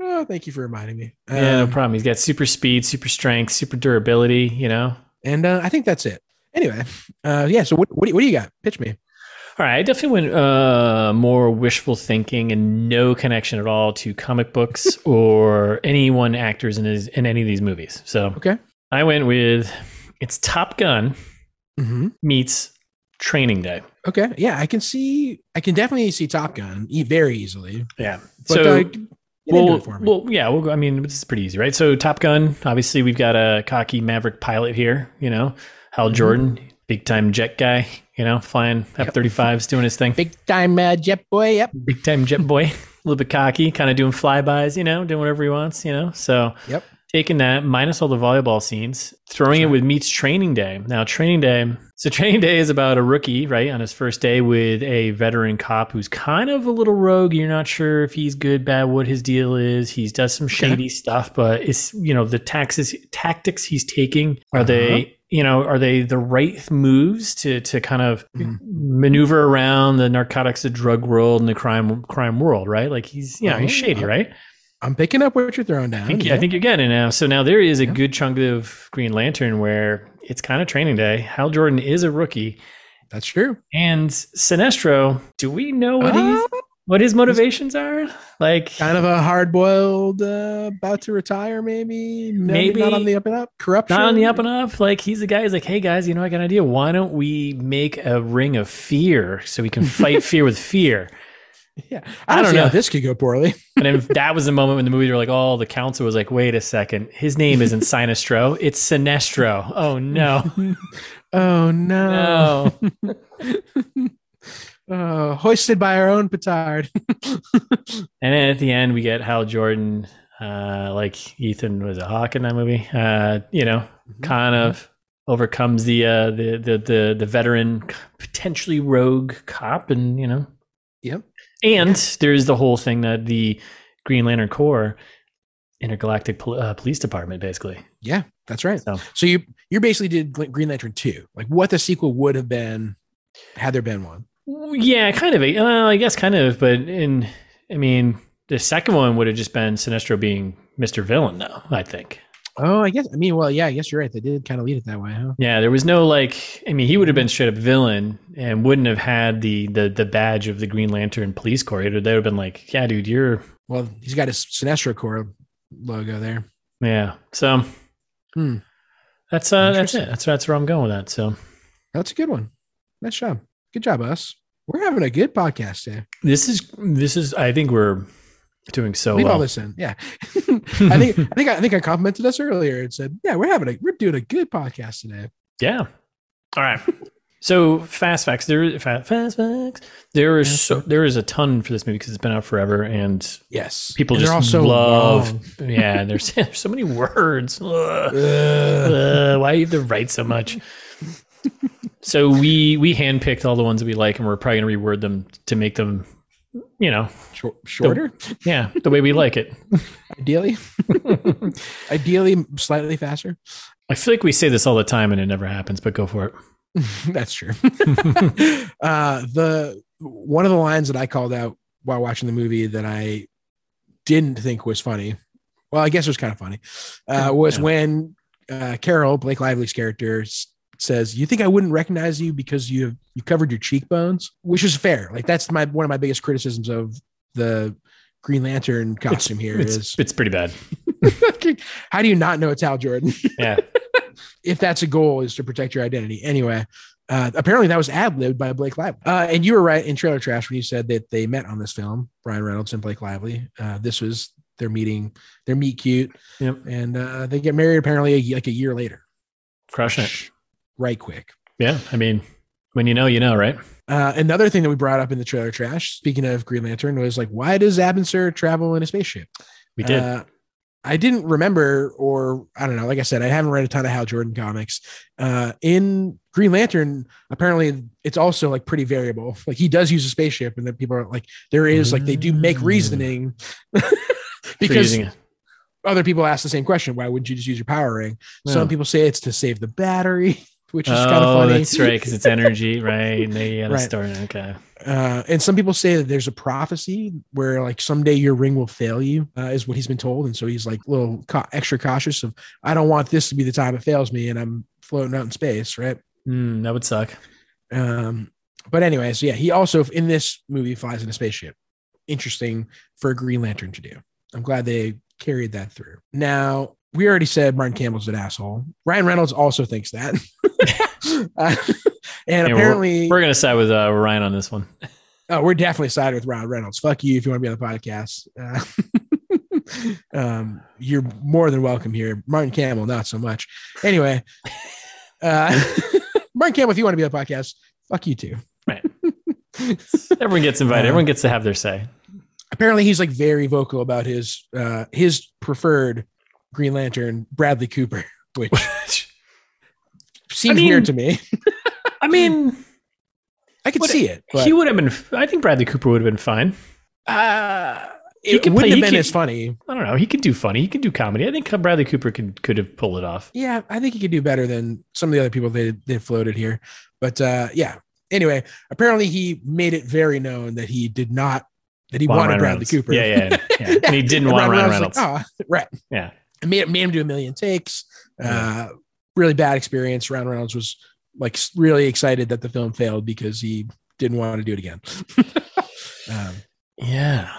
S1: oh, thank you for reminding me.
S2: Yeah, no
S1: Um,
S2: problem. He's got super speed, super strength, super durability. You know.
S1: and uh, I think that's it. Anyway, uh, yeah. So what what do, you, what do you got? Pitch me.
S2: All right, I definitely went uh, more wishful thinking and no connection at all to comic books or any one actors in his, in any of these movies. So
S1: Okay.
S2: I went with it's Top Gun Mm-hmm.
S1: hmm
S2: meets Training Day.
S1: Okay. Yeah, I can see. I can definitely see Top Gun e- very easily.
S2: Yeah.
S1: But
S2: so
S1: uh, Get into
S2: Well,
S1: it for me.
S2: well, yeah. We'll go, I mean, this is pretty easy, right? So, Top Gun. Obviously, we've got a cocky Maverick pilot here. You know, Hal
S1: Mm-hmm.
S2: Jordan, big time jet guy. You know, flying F-35s, doing his thing.
S1: Big time uh, jet boy. Yep.
S2: Big time jet boy. A little bit cocky, kind of doing flybys. You know, doing whatever he wants. You know, so
S1: Yep.
S2: taking that minus all the volleyball scenes, throwing it
S1: Sure.
S2: with Meets Training Day. Now, Training Day. So, Training Day is about a rookie, right, on his first day with a veteran cop who's kind of a little rogue. You're not sure if he's good, bad, what his deal is. He's does some shady stuff, but it's you know the taxes tactics he's taking are
S1: Uh-huh.
S2: they. You know, are they the right moves to to kind of
S1: Mhm.
S2: maneuver around the narcotics, the drug world, and the crime crime world, right? Like he's, you know, he's
S1: Uh-huh.
S2: shady, right?
S1: I'm picking up what you're throwing down.
S2: I think,
S1: yeah.
S2: I think you're getting it now. So now there is a
S1: Yeah.
S2: good chunk of Green Lantern where it's kind of training day. Hal Jordan is a rookie,
S1: that's true.
S2: and Sinestro. Do we know what he's,
S1: Ah,
S2: what his motivations are? Like,
S1: kind of a hard boiled, uh, about to retire, maybe. No,
S2: Maybe.
S1: not on the up and up. Corruption.
S2: not on the up and up. Like he's the guy. He's like, hey guys, you know, I got an idea. Why don't we make a ring of fear so we can fight fear with fear?
S1: Yeah.
S2: I
S1: I don't
S2: don't
S1: see how
S2: know.
S1: this could go poorly.
S2: And then that was the moment when the movie they were like, oh, the council was like, wait a second, his name isn't Sinestro, it's Sinestro. Oh no,
S1: Oh no.
S2: no.
S1: Uh, hoisted by our own petard.
S2: And then at the end, we get Hal Jordan, uh, like Ethan was a hawk in that movie. Uh, you know,
S1: Mm-hmm.
S2: kind of overcomes the uh, the the the the veteran, potentially rogue cop, and you know,
S1: Yep.
S2: and there's the whole thing that the Green Lantern Corps, intergalactic pol- uh, police department, basically.
S1: Yeah, that's right.
S2: So-
S1: So, you you basically did Gl- Green Lantern two, like what the sequel would have been had there been one.
S2: Yeah, kind of. Uh, I guess kind of, but in I mean, the second one would have just been Sinestro being Mister Villain, though. I think.
S1: Oh, I guess. I mean, well, yeah, I guess you're right. They did kind of lead it that way, huh?
S2: Yeah, there was no like. I mean, he would have been straight up villain and wouldn't have had the the the badge of the Green Lantern Police Corps. It would- They would have been like, yeah, dude, you're
S1: Well, he's got his Sinestro Corps logo there.
S2: yeah. So
S1: Hmm.
S2: that's uh that's it.
S1: Interesting.
S2: That's that's where I'm going with that. So
S1: That's a good one. Nice job. Good job, us. We're having a good podcast eh? today.
S2: this is this is. I think we're doing so
S1: Leave
S2: Oh, well.
S1: all this in. Yeah, I think I think I think I complimented us earlier and said, yeah, we're having a we're doing a good podcast today.
S2: Yeah. All right. So fast facts. There fast, fast facts. There is so there is a ton for this movie because it's been out forever and
S1: Yes,
S2: people
S1: And they're
S2: just
S1: all so long.
S2: love. Yeah, and there's there's so many words. Ugh.
S1: Ugh.
S2: Ugh, why do you have to write so much? so we we handpicked all the ones that we like, and we're probably gonna reword them to make them, you know,
S1: Shor- shorter,
S2: yeah, the way we like it.
S1: ideally, ideally slightly faster.
S2: I feel like we say this all the time, and it never happens. But go for it.
S1: That's true. uh, the one of the lines that I called out while watching the movie that I didn't think was funny. Well, I guess it was kind of funny. Uh, was
S2: Yeah.
S1: when uh, Carol Blake Lively's character s- says, "You think I wouldn't recognize you because you have you covered your cheekbones?" Which is fair. Like that's my one of my biggest criticisms of the Green Lantern costume here
S2: it's,
S1: is
S2: it's pretty bad.
S1: how do you not know it's Hal Jordan?
S2: Yeah.
S1: if that's a goal is to protect your identity. Anyway, uh, apparently that was ad libbed by Blake Lively. Uh, and you were right in Trailer Trash when you said that they met on this film, Brian Reynolds and Blake Lively. Uh, this was their meeting, their meet cute,
S2: Yep.
S1: and uh, they get married apparently a, like a year later,
S2: Crushing it.
S1: right quick.
S2: Yeah. I mean, when you know, you know, right?
S1: Uh, another thing that we brought up in the Trailer Trash, speaking of Green Lantern, was like, why does Abinser travel in a spaceship?
S2: We did.
S1: Uh, I didn't remember, or I don't know. Like I said, I haven't read a ton of Hal Jordan comics. Uh, in Green Lantern, apparently it's also like pretty variable. Like he does use a spaceship, and then people are like, there is like they do make
S2: Mm.
S1: reasoning
S2: For
S1: because
S2: using it.
S1: other people ask the same question: Why wouldn't you just use your power ring?
S2: Yeah.
S1: Some people say it's to save the battery, which is
S2: oh,
S1: kind of funny.
S2: that's right, because it's energy, right? And they gotta
S1: Right.
S2: store it. Okay.
S1: Uh, and some people say that there's a prophecy where like someday your ring will fail you uh, is what he's been told, and so he's like a little ca- extra cautious of I don't want this to be the time it fails me, and I'm floating out in space, right?
S2: Mm, that would suck.
S1: Um, but anyway, so yeah, he also in this movie flies in a spaceship. Interesting for a Green Lantern to do. I'm glad they carried that through. Now we already said Martin Campbell's an asshole. Ryan Reynolds also thinks that, Uh, and
S2: we're-
S1: apparently
S2: We're gonna side with uh, Ryan on this one.
S1: Oh, we're definitely siding with Ryan Reynolds. Fuck you if you want to be on the podcast. Uh, um, you're more than welcome here. Martin Campbell, not so much. Anyway, uh, Martin Campbell, if you want to be on the podcast, fuck you too.
S2: Right. Everyone gets invited.
S1: Uh,
S2: Everyone gets to have their say.
S1: Apparently, he's like very vocal about his uh, his preferred Green Lantern, Bradley Cooper, which seems
S2: mean-
S1: weird to me.
S2: I mean,
S1: I could
S2: What-
S1: see it, but
S2: he would have been. I think Bradley Cooper would have been fine.
S1: uh,
S2: he
S1: it
S2: could
S1: wouldn't
S2: play-
S1: have
S2: he
S1: been
S2: could-
S1: as funny.
S2: I don't know. He could do funny. He could do comedy. I think Bradley Cooper could could have pulled it off.
S1: Yeah, I think he could do better than some of the other people they they floated here. But uh, yeah. Anyway, apparently he made it very known that he did not that he
S2: Want
S1: wanted
S2: Ryan
S1: Bradley
S2: Reynolds.
S1: Cooper.
S2: Yeah, yeah, yeah. And he didn't want Ryan Reynolds.
S1: oh, right.
S2: Yeah.
S1: I made, made him do a million takes.
S2: Yeah.
S1: Uh, really bad experience. Ryan Reynolds was like s- really excited that the film failed because he didn't want to do it again. um,
S2: yeah.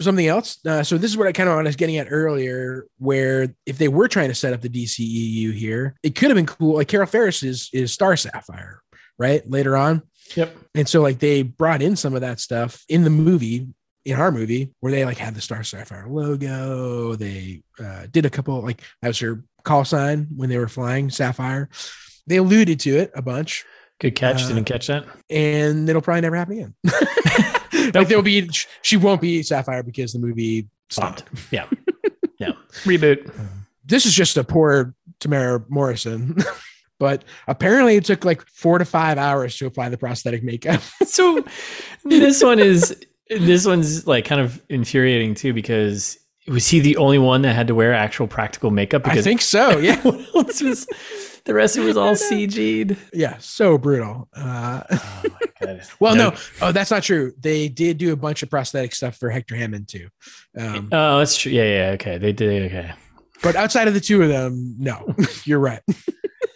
S1: something else. Uh, so this is what I kind of was getting at earlier, where if they were trying to set up the DCEU here, it could have been cool. Like Carol Ferris is is Star Sapphire, right? Later on.
S2: Yep.
S1: And so like they brought in some of that stuff in the movie, in our movie, where they like had the Star Sapphire logo. They uh, did a couple like that was her call sign when they were flying Sapphire. They alluded to it a bunch,
S2: Good catch.
S1: Uh,
S2: Didn't catch that.
S1: and it'll probably never happen again. like there'll be she won't be Sapphire because the movie stopped.
S2: Stopped. Yeah. Yeah. Reboot.
S1: this is just a poor Tamara Morrison. but apparently it took like four to five hours to apply the prosthetic makeup.
S2: so this one is this one's like kind of infuriating too because was he the only one that had to wear actual practical makeup? Because
S1: I think so. Yeah.
S2: what else was the rest of it was all CG'd.
S1: yeah. So brutal. Uh,
S2: Oh my god.
S1: well, no. Oh, that's not true. They did do a bunch of prosthetic stuff for Hector Hammond too. Um,
S2: Oh, that's true. Yeah, yeah, okay. They did okay.
S1: but outside of the two of them, no, you're right.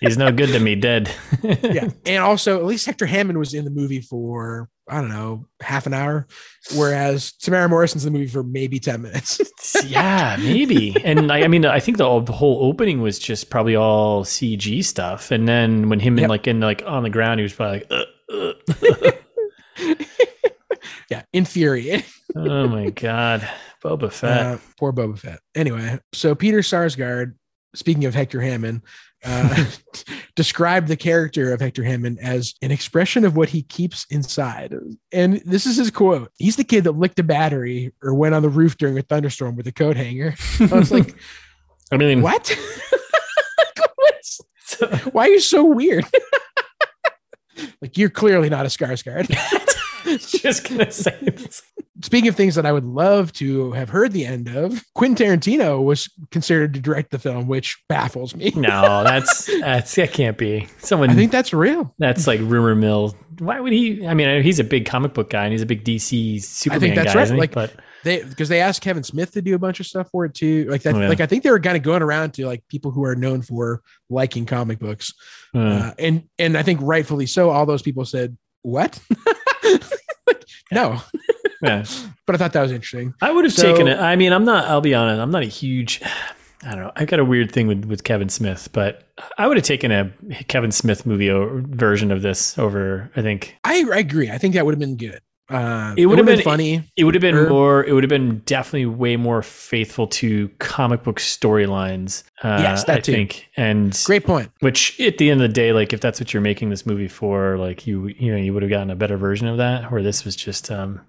S2: He's no good to me, dead.
S1: Yeah. And also, at least Hector Hammond was in the movie for, I don't know, half an hour, whereas Tamara Morrison's in the movie for maybe 10 minutes.
S2: yeah, maybe. And I, I mean, I think the, the whole opening was just probably all CG stuff. And then when him in
S1: Yep.
S2: like in like on the ground, he was probably like, uh, uh.
S1: yeah. Infuriating.
S2: oh my god, Boba Fett.
S1: Uh, poor Boba Fett. Anyway, so Peter Sarsgaard, speaking of Hector Hammond, uh, described the character of Hector Hammond as an expression of what he keeps inside. And this is his quote He's the kid that licked a battery or went on the roof during a thunderstorm with a coat hanger. I was like,
S2: I mean,
S1: what? Like, what's- Why are you so weird? like, you're clearly not a Skarsgård.
S2: just gonna say this.
S1: speaking of things that I would love to have heard the end of, Quentin Tarantino was considered to direct the film, which baffles me.
S2: No, that's that's that can't be someone.
S1: I think that's real.
S2: that's like rumor mill. Why would he? I mean, I know he's a big comic book guy and he's a big DC Superman
S1: that's
S2: guy,
S1: right,
S2: isn't he?
S1: like,
S2: but
S1: They because they asked Kevin Smith to do a bunch of stuff for it too. Like that,
S2: Oh, yeah.
S1: like I think they were kind of going around to like people who are known for liking comic books.
S2: uh,
S1: Uh, and and I think rightfully so, all those people said, What? Like, no.
S2: yeah.
S1: But I thought that was interesting.
S2: I would have
S1: So-
S2: taken it. I mean, I'm not. I'll be honest. I'm not a huge. I don't know. I've got a weird thing with, with Kevin Smith, but I would have taken a Kevin Smith movie o- version of this over. I think
S1: I, I agree. I think that would have been good. Uh,
S2: It would have
S1: would've
S2: been-
S1: funny.
S2: it would have been
S1: Sure.
S2: more. It would have been definitely way more faithful to comic book storylines. Uh,
S1: Yes, that
S2: I
S1: too.
S2: think and
S1: Great point.
S2: which at the end of the day, like if that's what you're making this movie for, like you you know you would have gotten a better version of that, or this was just um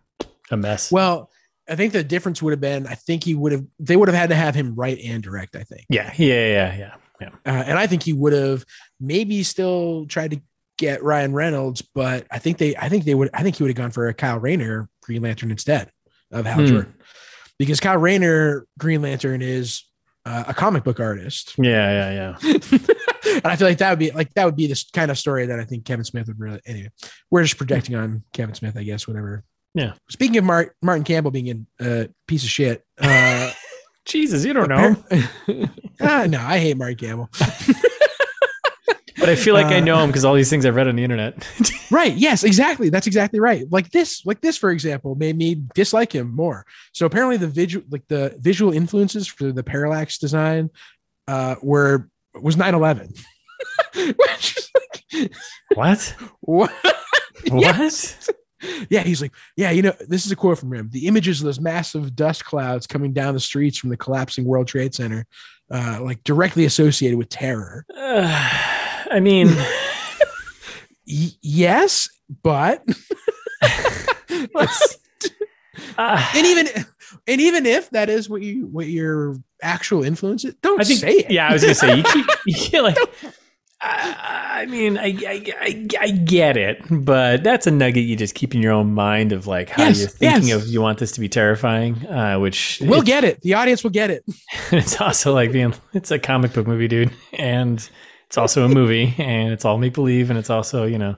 S2: a mess.
S1: Well, I think the difference would have been I think he would have they would have had to have him write and direct. I think,
S2: yeah, yeah, yeah, yeah.
S1: uh, and I think he would have maybe still tried to get Ryan Reynolds, but I think they I think they would I think he would have gone for a Kyle Rayner Green Lantern instead of Hal
S2: Hmm.
S1: Jordan because Kyle Rayner Green Lantern is uh, a comic book artist.
S2: Yeah, yeah, yeah.
S1: and I feel like that would be like that would be this kind of story that I think Kevin Smith would really. Anyway, we're just projecting on Kevin Smith, I guess. Whatever.
S2: Yeah.
S1: Speaking of Mar- Martin Campbell being a uh, piece of shit, uh,
S2: Jesus, you don't know.
S1: appar- Ah, no, I hate Martin Campbell.
S2: But I feel like I
S1: Uh,
S2: know him because all these things I've read on the internet.
S1: Right? Yes, exactly. That's exactly right. Like this, like this, for example, made me dislike him more. So apparently, the visual, like the visual influences for the parallax design, uh, were was 9-11. Which is like,
S2: what?
S1: what?
S2: What?
S1: yeah, he's like, yeah, you know, this is a quote from him. The images of those massive dust clouds coming down the streets from the collapsing World Trade Center, uh, like directly associated with terror.
S2: Uh, I mean,
S1: Y- yes, but
S2: it's, uh,
S1: and even and even if that is what you what your actual influence is, don't
S2: I think.
S1: say it.
S2: Yeah, I was gonna say you keep, you can't like. uh, I I mean, I, I, I, I get it, but that's a nugget you just keep in your own mind of like how
S1: Yes,
S2: you're thinking
S1: yes.
S2: of you want this to be terrifying, uh, which
S1: We'll
S2: it's,
S1: get it. The audience will get it.
S2: it's also like being it's a comic book movie, dude, and it's also a movie, and it's all make believe, and it's also you know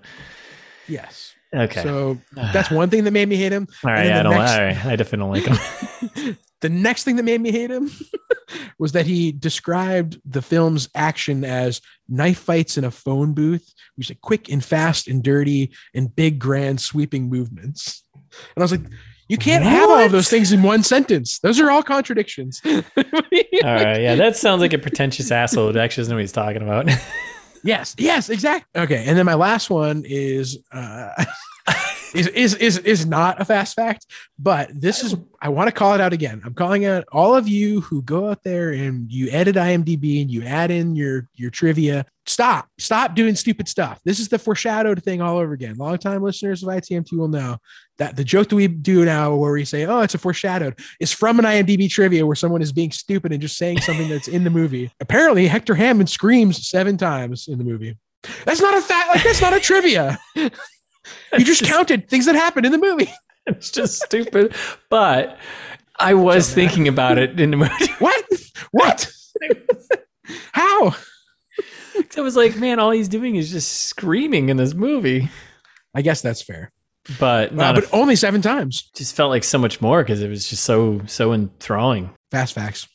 S1: Yes.
S2: okay.
S1: So that's one thing that made me hate him.
S2: all
S1: and
S2: right,
S1: then
S2: I
S1: the
S2: don't.
S1: next-
S2: All right, I definitely don't like them.
S1: The next thing that made me hate him was that he described the film's action as knife fights in a phone booth. He said quick and fast and dirty and big grand sweeping movements. And I was like, you can't have all
S2: What?
S1: of those things in one sentence. Those are all contradictions.
S2: All right, yeah, that sounds like a pretentious asshole that actually doesn't know what he's talking about.
S1: Yes, yes, exactly. Okay, and then my last one is uh, is, is is is not a fast fact, but this is I want to call it out again. I'm calling out all of you who go out there and you edit IMDb and you add in your your trivia. Stop, stop doing stupid stuff. This is the foreshadowed thing all over again. Longtime listeners of ITMT will know that the joke that we do now, where we say, "Oh, it's a foreshadowed." is from an IMDb trivia where someone is being stupid and just saying something that's in the movie. Apparently, Hector Hammond screams seven times in the movie. That's not a fact. Like that's not a trivia. You just counted things that happened in the movie.
S2: It's just stupid. But I was thinking about it in the movie.
S1: What? What? How?
S2: I was like, man, all he's doing is just screaming in this movie.
S1: I guess that's fair,
S2: But
S1: Uh,
S2: not
S1: but
S2: a-
S1: only seven times.
S2: just felt like so much more because it was just so so enthralling.
S1: Fast facts.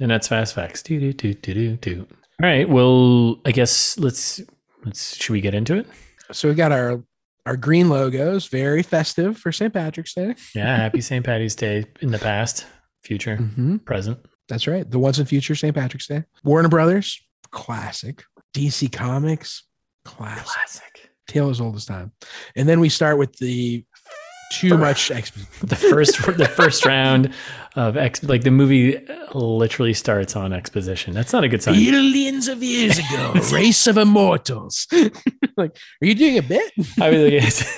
S2: And that's fast facts. Do do do do do do. All right. Well, I guess let's let's should we get into it?
S1: So we got our our green logos, very festive for St. Patrick's Day.
S2: Yeah. Happy St. Patty's Day in the past, future,
S1: Mm-hmm.
S2: present.
S1: That's right. The ones in future St. Patrick's Day. Warner Brothers, classic. DC Comics, classic.
S2: Classic.
S1: tale as old as time. And then we start with the too much exp-
S2: The first the first round of ex like the movie literally starts on exposition. That's not a good sign.
S1: billions of years ago, a race of immortals. like, are you doing a bit?
S2: I was like, is,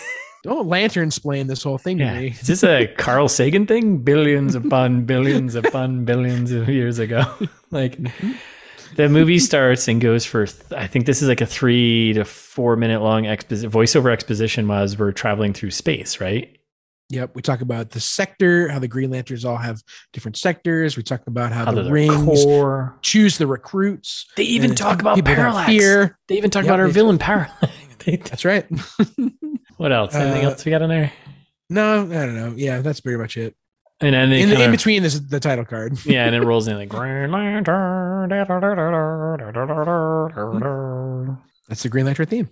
S1: Don't lantern splain this whole thing
S2: yeah.
S1: to me.
S2: is this a Carl Sagan thing? Billions upon billions upon billions of years ago. like the movie starts and goes for, th- I think this is like a three to four minute long exposi- voiceover exposition was we're traveling through space, right?
S1: Yep. We talk about the sector, how the Green Lanterns all have different sectors. We talk about how,
S2: Out
S1: the,
S2: of the
S1: rings
S2: core.
S1: choose the recruits.
S2: They even
S1: and
S2: talk about
S1: people that
S2: parallax.
S1: fear.
S2: They even talk
S1: Yep,
S2: about our
S1: they-
S2: villain parallax. They-
S1: That's right.
S2: what else? Anything
S1: Uh,
S2: else we got on there?
S1: no, I don't know. Yeah, that's pretty much it.
S2: And then they
S1: In, the,
S2: kinda-
S1: in between is the title card.
S2: yeah, and it rolls in like Green Lantern. da, da, da, da, da, da, da, da, da, da.
S1: That's the Green Lantern theme.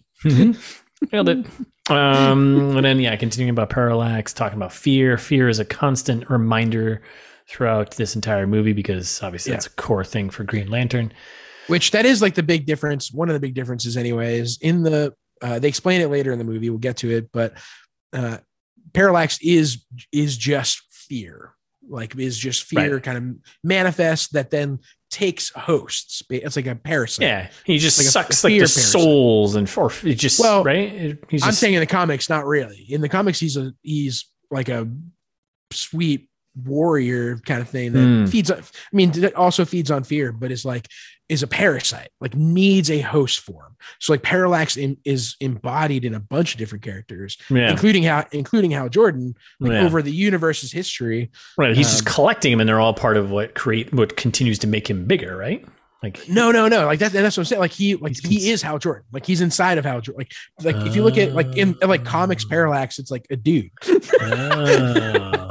S2: Nailed it. Um, and then, yeah, continuing about parallax, talking about fear. Fear is a constant reminder throughout this entire movie because obviously
S1: Yeah.
S2: that's a core thing for Green Lantern.
S1: which that is like the big difference one of the big differences anyways in the uh, they explain it later in the movie we'll get to it but uh, parallax is is just fear like is just fear
S2: Right.
S1: kind of manifest that then takes hosts it's like a parasite
S2: yeah, he just
S1: like a
S2: sucks
S1: fear
S2: like the
S1: parasite.
S2: souls and for it just
S1: Well,
S2: right. It- he's
S1: i'm
S2: just-
S1: saying in the comics not really in the comics he's a he's like a sweet warrior kind of thing that
S2: Hmm.
S1: feeds on i mean that also feeds on fear but is like is a parasite like needs a host form so like parallax in, is embodied in a bunch of different characters
S2: yeah,
S1: including how including how jordan like
S2: yeah.
S1: over the universe's history
S2: right. He's
S1: um,
S2: just collecting them, and they're all part of what create what continues to make him bigger, right? Like
S1: no no no like that's that's what i'm saying like he like
S2: He's cons-
S1: he is hal jordan like he's inside of hal jordan like like if you look at like in like comics
S2: Oh.
S1: parallax it's like a dude
S2: oh.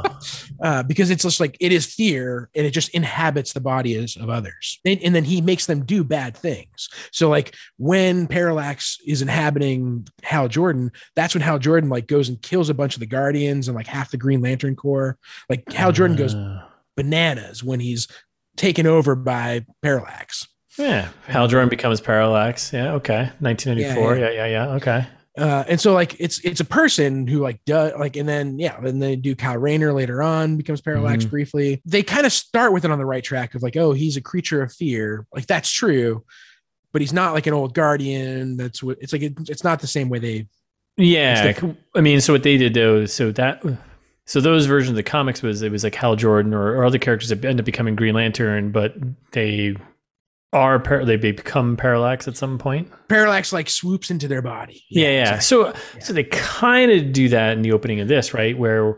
S1: uh, because it's just like it is fear and it just inhabits the bodies of others. And, and then he makes them do bad things. So like when Parallax is inhabiting Hal Jordan, that's when Hal Jordan like goes and kills a bunch of the Guardians and like half the Green Lantern Corps. Like Hal Jordan goes
S2: Uh,
S1: bananas when he's taken over by Parallax.
S2: Yeah, Hal Jordan becomes Parallax. Yeah, okay, 1994. Yeah, yeah, yeah. Okay,
S1: Uh, and so like it's it's a person who like does like and then yeah then they do Kyle Rayner later on becomes Parallax
S2: Mhm.
S1: briefly. They kind of start with it on the right track of like oh he's a creature of fear like that's true, but he's not like an old guardian. That's what it's like. It, it's not the same way they
S2: Yeah, I mean, so what they did though, so that, so those versions of the comics was it was like Hal Jordan or, or other characters that end up becoming Green Lantern, but they are par- they become Parallax at some point.
S1: Parallax like swoops into their body.
S2: Yeah, yeah.
S1: So-
S2: So so they kind of do that in the opening of this, right? Where,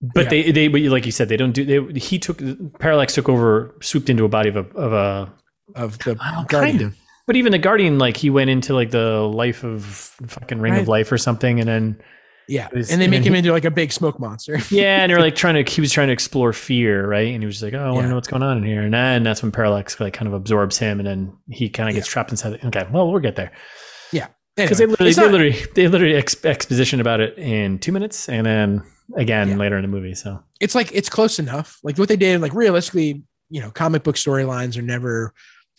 S2: but
S1: Yeah.
S2: they they but like you said, they don't do. They he took Parallax took over, swooped into a body of a of a
S1: of the
S2: Well,
S1: guardian.
S2: kind But even the Guardian, like he went into like the life of fucking Ring
S1: Right.
S2: of Life or something, and then
S1: Yeah,
S2: It was-
S1: and they
S2: and
S1: make
S2: then
S1: him into like a big smoke monster.
S2: yeah, and they're like trying to he was trying to explore fear, right? And he was just like, oh, I want
S1: Yeah.
S2: to know what's going on in here, and then that's when Parallax like kind of absorbs him, and then he kind of gets trapped inside. The, okay, well we'll get there because
S1: Anyway,
S2: they literally
S1: it's
S2: they
S1: not-
S2: literally they literally ex- exposition about it in two minutes, and then again
S1: Yeah.
S2: later in the movie. So
S1: it's like it's close enough. Like what they did, like realistically, you know, comic book storylines are never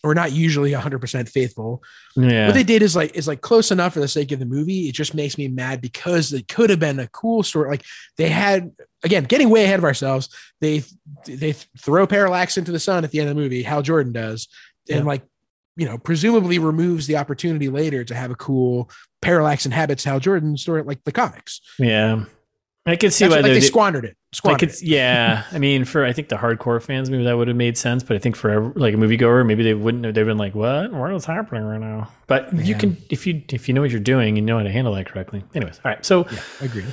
S1: or not usually 100% faithful.
S2: yeah,
S1: What they did is like is like close enough for the sake of the movie. It just makes me mad because it could have been a cool story. Like they had again, getting way ahead of ourselves. They they throw Parallax into the sun at the end of the movie. Hal Jordan does, and
S2: Yeah.
S1: like you know, presumably removes the opportunity later to have a cool Parallax inhabits Hal Jordan story, like the comics.
S2: yeah, I could see
S1: That's what-
S2: why
S1: like
S2: they,
S1: they,
S2: did-
S1: squandered it.
S2: like
S1: Squandered it.
S2: it's yeah i mean for i think the hardcore fans maybe that would have made sense but i think for ev- like a moviegoer maybe they wouldn't have they've been like what what is happening right now but you
S1: Yeah.
S2: can if you if you know what you're doing and know how to handle that correctly anyways all right so
S1: Yeah, agreed.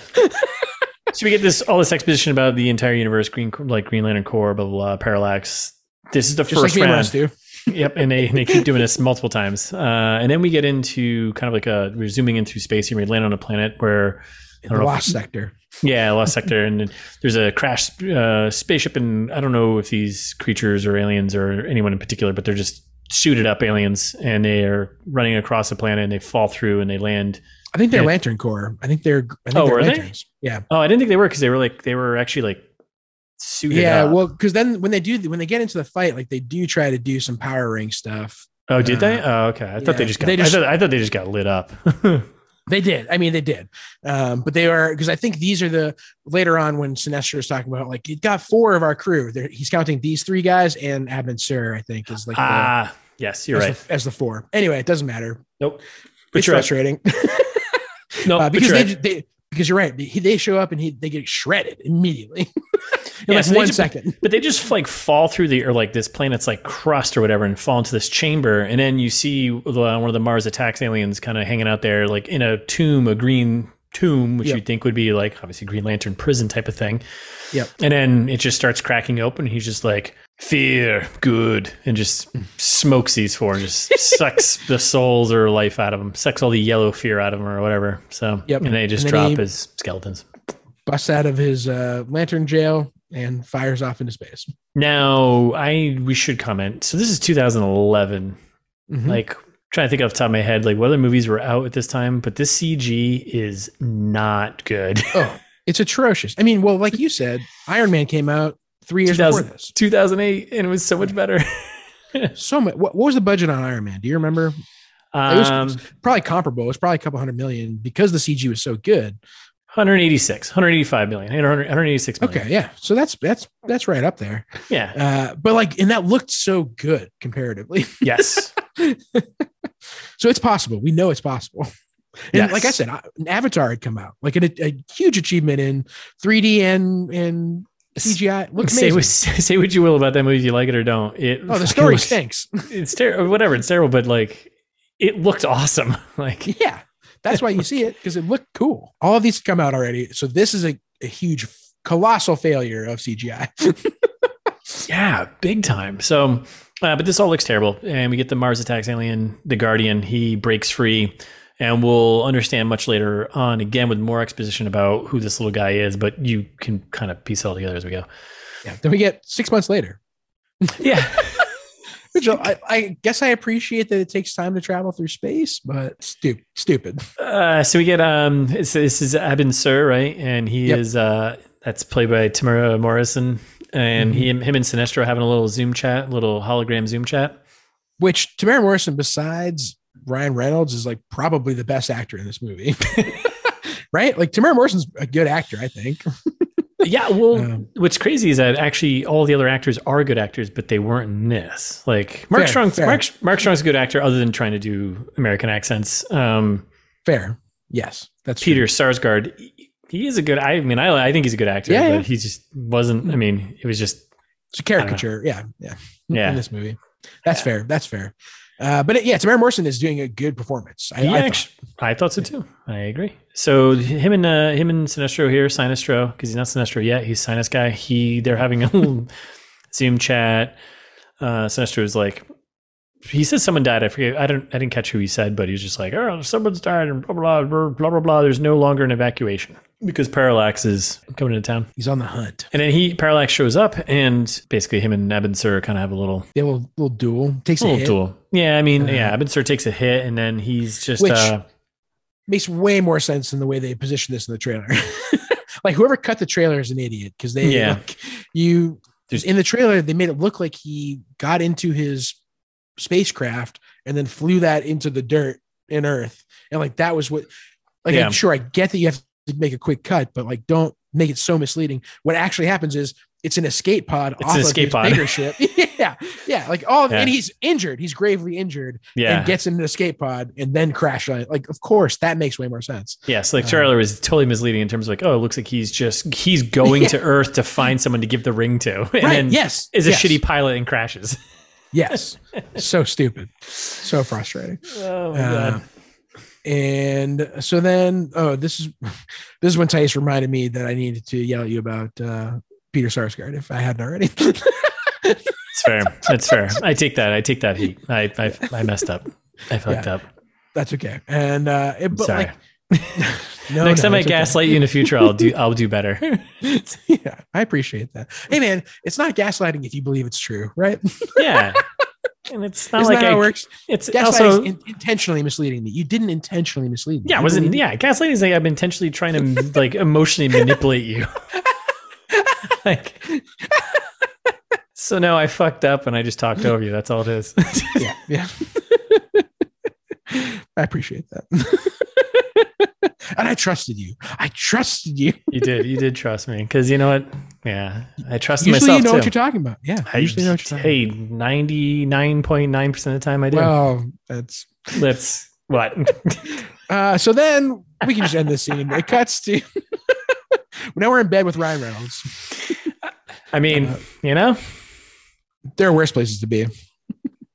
S2: so we get this all this exposition about the entire universe green like green lantern core blah blah, blah parallax this is the
S1: Just like
S2: first
S1: me and Russ
S2: round
S1: do.
S2: yep and they, and they keep doing this multiple times uh and then we get into kind of like a we're zooming into space and we land on a planet where I
S1: the
S2: don't know if-
S1: lost sector.
S2: Yeah, Lost Sector, and then there's a crashed uh, spaceship, and I don't know if these creatures or aliens or anyone in particular, but they're just suited up aliens, and they are running across the planet, and they fall through, and they land.
S1: I think they're
S2: Yeah.
S1: Lantern Corps. I think they're. I think
S2: Oh,
S1: they're
S2: were they?
S1: lanterns. Yeah,
S2: Oh, I didn't think they were because they were like they were actually like suited.
S1: yeah.
S2: up.
S1: Well, because then when they do, when they get into the fight, like they do try to do some power ring stuff.
S2: oh, did they?
S1: uh,
S2: Oh, okay. I thought
S1: yeah.
S2: they just got.
S1: They just-
S2: I, thought, I thought they just got lit up.
S1: They did. I mean, they did. Um, but they are because I think these are the later on when Sinestro is talking about like he got four of our crew. They're, he's counting these three guys and Abin Sur. I think is like the-
S2: ah, yes, you're
S1: as,
S2: right.
S1: the, as the four. Anyway, it doesn't matter.
S2: Nope. But
S1: It's
S2: you're right.
S1: frustrating
S2: No,
S1: uh,
S2: but
S1: because
S2: you're
S1: they,
S2: right.
S1: they because you're right. He, they show up and he they get shredded immediately in
S2: Yeah,
S1: like
S2: so they
S1: one
S2: just-
S1: second.
S2: But they just like fall through the or like this planet's like crust or whatever and fall into this chamber, and then you see the- uh, one of the Mars attacks aliens kind of hanging out there, like in a tomb, a green tomb, which
S1: Yep.
S2: you'd think would be like obviously Green Lantern prison type of thing.
S1: Yep.
S2: And then it just starts cracking open. He's just like fear, good, and just smokes these four, just sucks the souls or life out of them, sucks all the yellow fear out of them or whatever. So
S1: Yep.
S2: and they just
S1: And then
S2: drop
S1: he-
S2: as skeletons.
S1: busts out of his uh, lantern jail and fires off into space.
S2: Now I we should comment. So this is 2011.
S1: Mm-hmm. Like,
S2: Like trying to think off the top of my head, like what other movies were out at this time, but this CG is not good.
S1: oh, it's atrocious. I mean, well, like you said, Iron Man came out three years before
S2: 2000
S1: this.
S2: 2008, and it was so much better.
S1: So much. What, what was the budget on Iron Man? Do you remember? was-
S2: Um,
S1: Probably comparable. It's probably a couple hundred million because the CG was so good.
S2: 186, 185 million, 100 186 million.
S1: Okay, yeah. So that's that's that's right up there.
S2: Yeah.
S1: Uh, but like, and that looked so good comparatively.
S2: Yes.
S1: So it's possible. We know it's possible. And
S2: Yes.
S1: like I said, I- an Avatar had come out, like an, a huge achievement in 3D and and CGI. It Looks
S2: say,
S1: amazing.
S2: what, say what you will about that movie, if you like it or don't. It
S1: Oh, the
S2: fucking
S1: story
S2: looks-
S1: stinks.
S2: It's terrible. Whatever. It's terrible, but like it looked awesome. Like
S1: yeah. That's why you see it because it looked cool. All of these come out already. So this is a, a huge, colossal failure of CGI.
S2: Yeah, big time. So, uh, but this all looks terrible. And we get the Mars attacks alien, the Guardian. He breaks free, and we'll understand much later on again with more exposition about who this little guy is. But you can kind of piece it all together as we go.
S1: yeah. Then we get six months later,
S2: Yeah,
S1: which uh, I, I guess I appreciate that it takes time to travel through space, but stupid, stupid.
S2: Uh, so we get um, it's, this is Abin Sur, right? And he
S1: Yep.
S2: is uh, that's played by Tamara Morrison, and
S1: Mhm.
S2: he him and Sinestro are having a little Zoom chat, little hologram Zoom chat.
S1: Which Tamara Morrison, besides Ryan Reynolds is like probably the best actor in this movie. right? Like Tamara Morrison's a good actor, I think.
S2: yeah, well, what's crazy is that actually all the other actors are good actors, but they weren't in this. Like Mark
S1: Fair,
S2: Strong,
S1: fair.
S2: Mark, Mark Strong's a good actor, other than trying to do American accents. Um,
S1: Fair. Yes. That's true.
S2: Peter Sarsgaard, he- he is a good. I mean, I I think he's a good actor,
S1: Yeah, yeah.
S2: but he just wasn't. I mean, it was just
S1: It's a caricature. Yeah. Yeah.
S2: Yeah.
S1: In this movie. That's fair. That's fair. Uh, but it, yeah, Tamara Morrison is doing a good performance. I,
S2: He
S1: I thought.
S2: actu- I thought so too. I agree. So him and uh, him and Sinestro here, Sinestro, because he's not Sinestro yet. He's Sinus guy. He they're having a little Zoom chat. Uh, Sinestro is like, he says someone died. I forget. I don't. I didn't catch who he said, but he was just like, oh, someone's died, and blah blah blah blah blah blah. There's no longer an evacuation because Parallax is coming into town.
S1: he's on the hunt.
S2: And then he Parallax shows up, and basically him and Nabin Sur kind of have a little
S1: They will little duel. Takes a
S2: little
S1: hit.
S2: duel. Yeah, I mean,
S1: Uh,
S2: yeah, Nabin Sur takes a hit, and then he's just.
S1: Which-
S2: uh,
S1: Makes way more sense than the way they position this in the trailer. like whoever cut the trailer is an idiot because they
S2: Yeah.
S1: like, you
S2: There's-
S1: in the trailer they made it look like he got into his spacecraft and then flew that into the dirt in Earth. And like that was what like
S2: Yeah.
S1: I'm sure I get that you have to make a quick cut, but like don't make it so misleading. What actually happens is it's an escape pod
S2: It's an
S1: off
S2: escape
S1: of his
S2: pod.
S1: bigger ship. yeah. Yeah. Like all
S2: Yeah.
S1: and he's injured. He's gravely injured
S2: yeah.
S1: and gets in an escape pod and then crash on it. Like, of course, that makes way more sense.
S2: Yes, like
S1: Um,
S2: trailer was totally misleading in terms of like, oh, it looks like he's just he's going to Earth to find someone to give the ring to, and
S1: right?
S2: then
S1: yes.
S2: is a
S1: yes,
S2: shitty pilot and crashes.
S1: Yes. so stupid. So frustrating.
S2: Oh my
S1: Uh, and so then, oh, this is this is when Tice reminded me that I needed to yell at you about uh, Peter Sarsgaard if I hadn't already.
S2: it's fair. It's fair. I take that. I take that heat. I I, I messed up. I fucked up.
S1: That's okay. And uh, it, but
S2: Sorry.
S1: like, no,
S2: Next
S1: no,
S2: time I
S1: it's okay.
S2: gaslight you in the future, I'll do I'll do better.
S1: yeah, I appreciate that. Hey, man, it's not gaslighting if you believe it's true, right?
S2: yeah, and it's not
S1: Isn't
S2: like
S1: that how
S2: I,
S1: it works?
S2: it's
S1: Gaslighting
S2: also
S1: is in- intentionally misleading me. You didn't intentionally mislead me.
S2: yeah. I
S1: You
S2: wasn't
S1: believe-
S2: yeah. Gaslighting is like I'm intentionally trying to like emotionally manipulate you. like. So no, I fucked up and I just talked over you. That's all it is.
S1: yeah, yeah. I appreciate that. and I trusted you. I trusted you.
S2: you did. You did trust me because you know what? Yeah, I trust
S1: Usually
S2: myself
S1: you know
S2: too.
S1: what you're talking about. Yeah.
S2: I
S1: usually know what you're talking
S2: hey, ninety nine point nine percent of the time I do.
S1: about. Well, that's
S2: That's what.
S1: uh so then we can just end this scene. It cuts to now we're in bed with Ryan Reynolds.
S2: I mean,
S1: Uh,
S2: you know.
S1: There are worse places to be.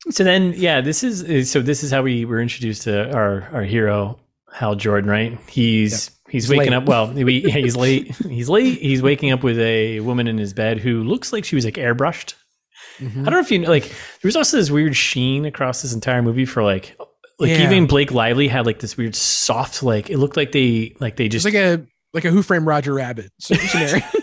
S2: So then, yeah, this is- is so. This is how we were introduced to our our hero Hal Jordan, right? He's
S1: He's
S2: he's, waking
S1: late.
S2: up. Well, we, he's late. He's late. He's waking up with a woman in his bed who looks like she was like airbrushed. I
S1: Mhm.
S2: don't know if you know, like. There was also this weird sheen across this entire movie for like, like
S1: Yeah.
S2: even Blake Lively had like this weird soft, like it looked like they like they
S1: It's
S2: just
S1: like a like a Who Framed Roger Rabbit s- scenario.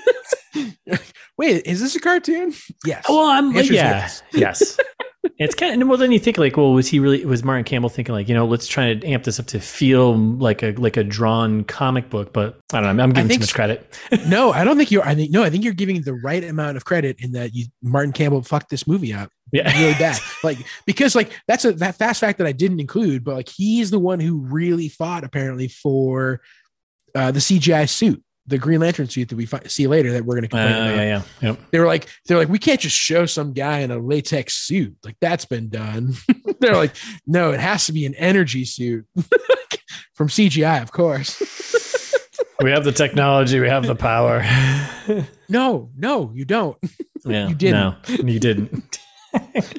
S1: Wait, is this a cartoon? Yes.
S2: Well,
S1: The
S2: I'm like,
S1: answer is
S2: yeah, yes. it's kind of well. Then you think like, well, was he really? Was Martin Campbell thinking like, you know, let's try to amp this up to feel like a like a drawn comic book? But I don't know. I'm giving too
S1: think
S2: much
S1: so.
S2: credit.
S1: No, I don't think you're. I think no, I think you're giving the right amount of credit in that you Martin Campbell fucked this movie up
S2: Yeah, Uh,
S1: really bad. like because like that's a that fast fact that I didn't include, but like he's the one who really fought apparently for uh, the CGI suit, the Green Lantern suit that we fi- see later that we're gonna
S2: Uh,
S1: complain about.
S2: yeah, yeah, yep.
S1: They were like they're like we can't just show some guy in a latex suit like that's been done. they're like no, it has to be an energy suit from CGI, of course.
S2: We have the technology. We have the power.
S1: No, no, you don't.
S2: Yeah,
S1: You didn't.
S2: No, you didn't.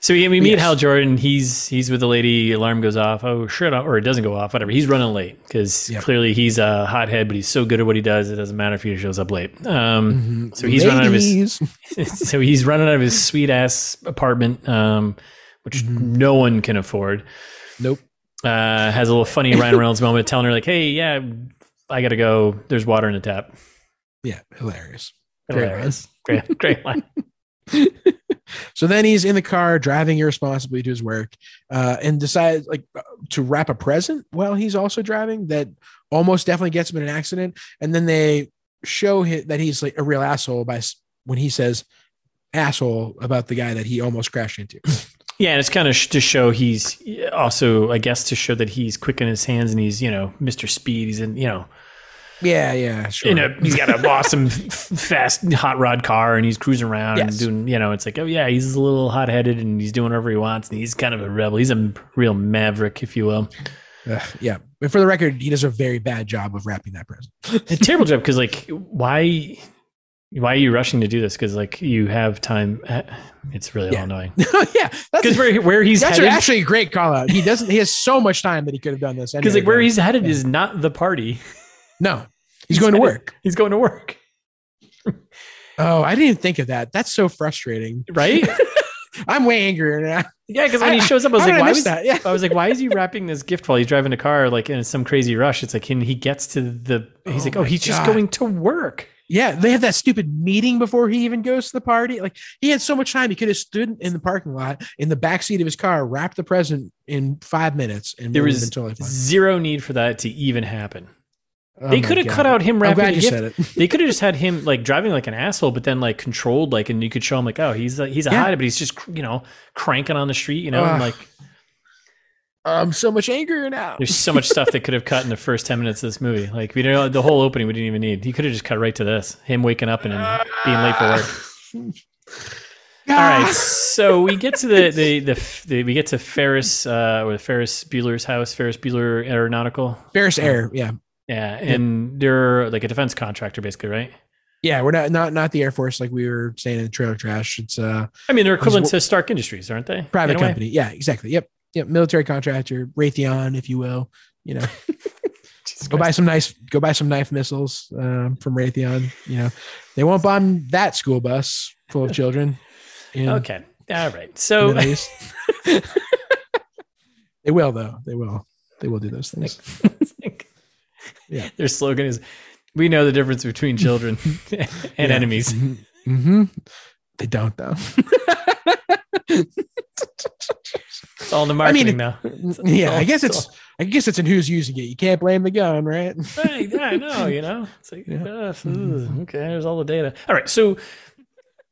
S2: so yeah, we meet
S1: Yes.
S2: Hal Jordan. He's he's with the lady. Alarm goes off. Oh shit! Or it doesn't go off. Whatever. He's running late because
S1: Yep.
S2: clearly he's a hothead, but he's so good at what he does, it doesn't matter if he shows up late. Um,
S1: Mhm.
S2: So he's running out of his-
S1: Ladies.
S2: so he's running out of his sweet ass apartment, um, which
S1: Mhm.
S2: no one can afford.
S1: Nope.
S2: Uh, has a little funny Ryan Reynolds moment, telling her like, "Hey, yeah, I gotta go. There's water in the tap."
S1: Yeah, hilarious. Great
S2: Hilarious. Great, great line.
S1: So then he's in the car driving irresponsibly to his work, uh, and decides like uh, to wrap a present while he's also driving. That almost definitely gets him in an accident. And then they show him that he's like a real asshole by s- when he says asshole about the guy that he almost crashed into.
S2: Yeah, and it's kind of sh- to show he's also, I guess, to show that he's quick in his hands and he's, you know, Mr. Speed. He's in, you know,
S1: Yeah, yeah, sure.
S2: in a, he's got an awesome, f- fast hot rod car and he's cruising around
S1: Yes.
S2: and doing, you know, it's like, oh, yeah, he's a little hot headed and he's doing whatever he wants and he's kind of a rebel. He's a real maverick, if you will.
S1: Ugh, yeah. But for the record, he does a very bad job of wrapping that present.
S2: a terrible job because like why why are you rushing to do this because like you have time Uh, it's really
S1: Yeah.
S2: annoying
S1: yeah,
S2: because
S1: that's,
S2: where, where he's
S1: that's
S2: headed
S1: actually a great call out. He doesn't. He has so much time that he could have done this.
S2: because
S1: anyway,
S2: like where
S1: but
S2: he's headed is not the party
S1: no, he's going to
S2: headed-
S1: work.
S2: he's going to work
S1: Oh, I didn't even think of that. That's so frustrating.
S2: right
S1: I'm way angrier now.
S2: yeah because when
S1: I-
S2: he shows up i was
S1: How did
S2: like
S1: I
S2: why
S1: miss
S2: was
S1: that? Yeah.
S2: I was like, why is he wrapping this gift while he's driving a car? Like in some crazy rush. It's like, and he gets to the. He's
S1: Oh
S2: like, oh,
S1: my
S2: he's just
S1: God.
S2: going to work.
S1: Yeah, they have that stupid meeting before he even goes to the party. Like he had so much time, he could have stood in the parking lot in the back seat of his car, wrapped the present in five minutes, and
S2: There
S1: it would
S2: is
S1: have been totally fine.
S2: Zero need for that to even happen.
S1: Oh
S2: they
S1: my
S2: could have
S1: God.
S2: cut out him
S1: I'm
S2: wrapping a
S1: glad you
S2: gift
S1: said it.
S2: They could have just had him like driving like an asshole, but then like controlled, like, and you could show him like, oh, he's a, he's a
S1: Yeah.
S2: hide, but he's just you know cranking on the street, you know,
S1: Ugh.
S2: and like
S1: I'm so much angrier now.
S2: there's so much stuff they could have cut in the first ten minutes of this movie. Like we know the whole opening we didn't even need. He could have just cut right to this, him waking up and then being late for work. All
S1: Ah!
S2: right, so we get to the the, the, the we get to Ferris uh, or Ferris Bueller's house, Ferris Bueller Aeronautical.
S1: Ferris Air, yeah,
S2: Yeah, and they're like a defense contractor, basically, right?
S1: yeah. We're not not not the Air Force like we were saying in the trailer trash. It's uh
S2: I mean, they're equivalent to Stark Industries, aren't they?
S1: private
S2: In a way.
S1: company. Yeah, exactly. Yep, yep. Military contractor, Raytheon, if you will. You know,
S2: Jesus
S1: go
S2: Christ.
S1: buy some nice, go buy some knife missiles um, from Raytheon. You know, they won't bomb that school bus full of children. In
S2: Okay. All right.
S1: the
S2: So
S1: Middle East. they will though. They will. They will do those things. Yeah.
S2: their slogan is we know the difference between children and
S1: Yeah.
S2: enemies.
S1: Mhm. Mhm. They don't though.
S2: It's all in the
S1: I mean,
S2: marketing now.
S1: yeah, I
S2: all-
S1: guess
S2: it's
S1: it's I guess it's in who's using it. You can't blame the gun, right?
S2: Right, yeah, I know, you know. It's like
S1: Yeah.
S2: uh, ooh, okay, there's all the data. All right, so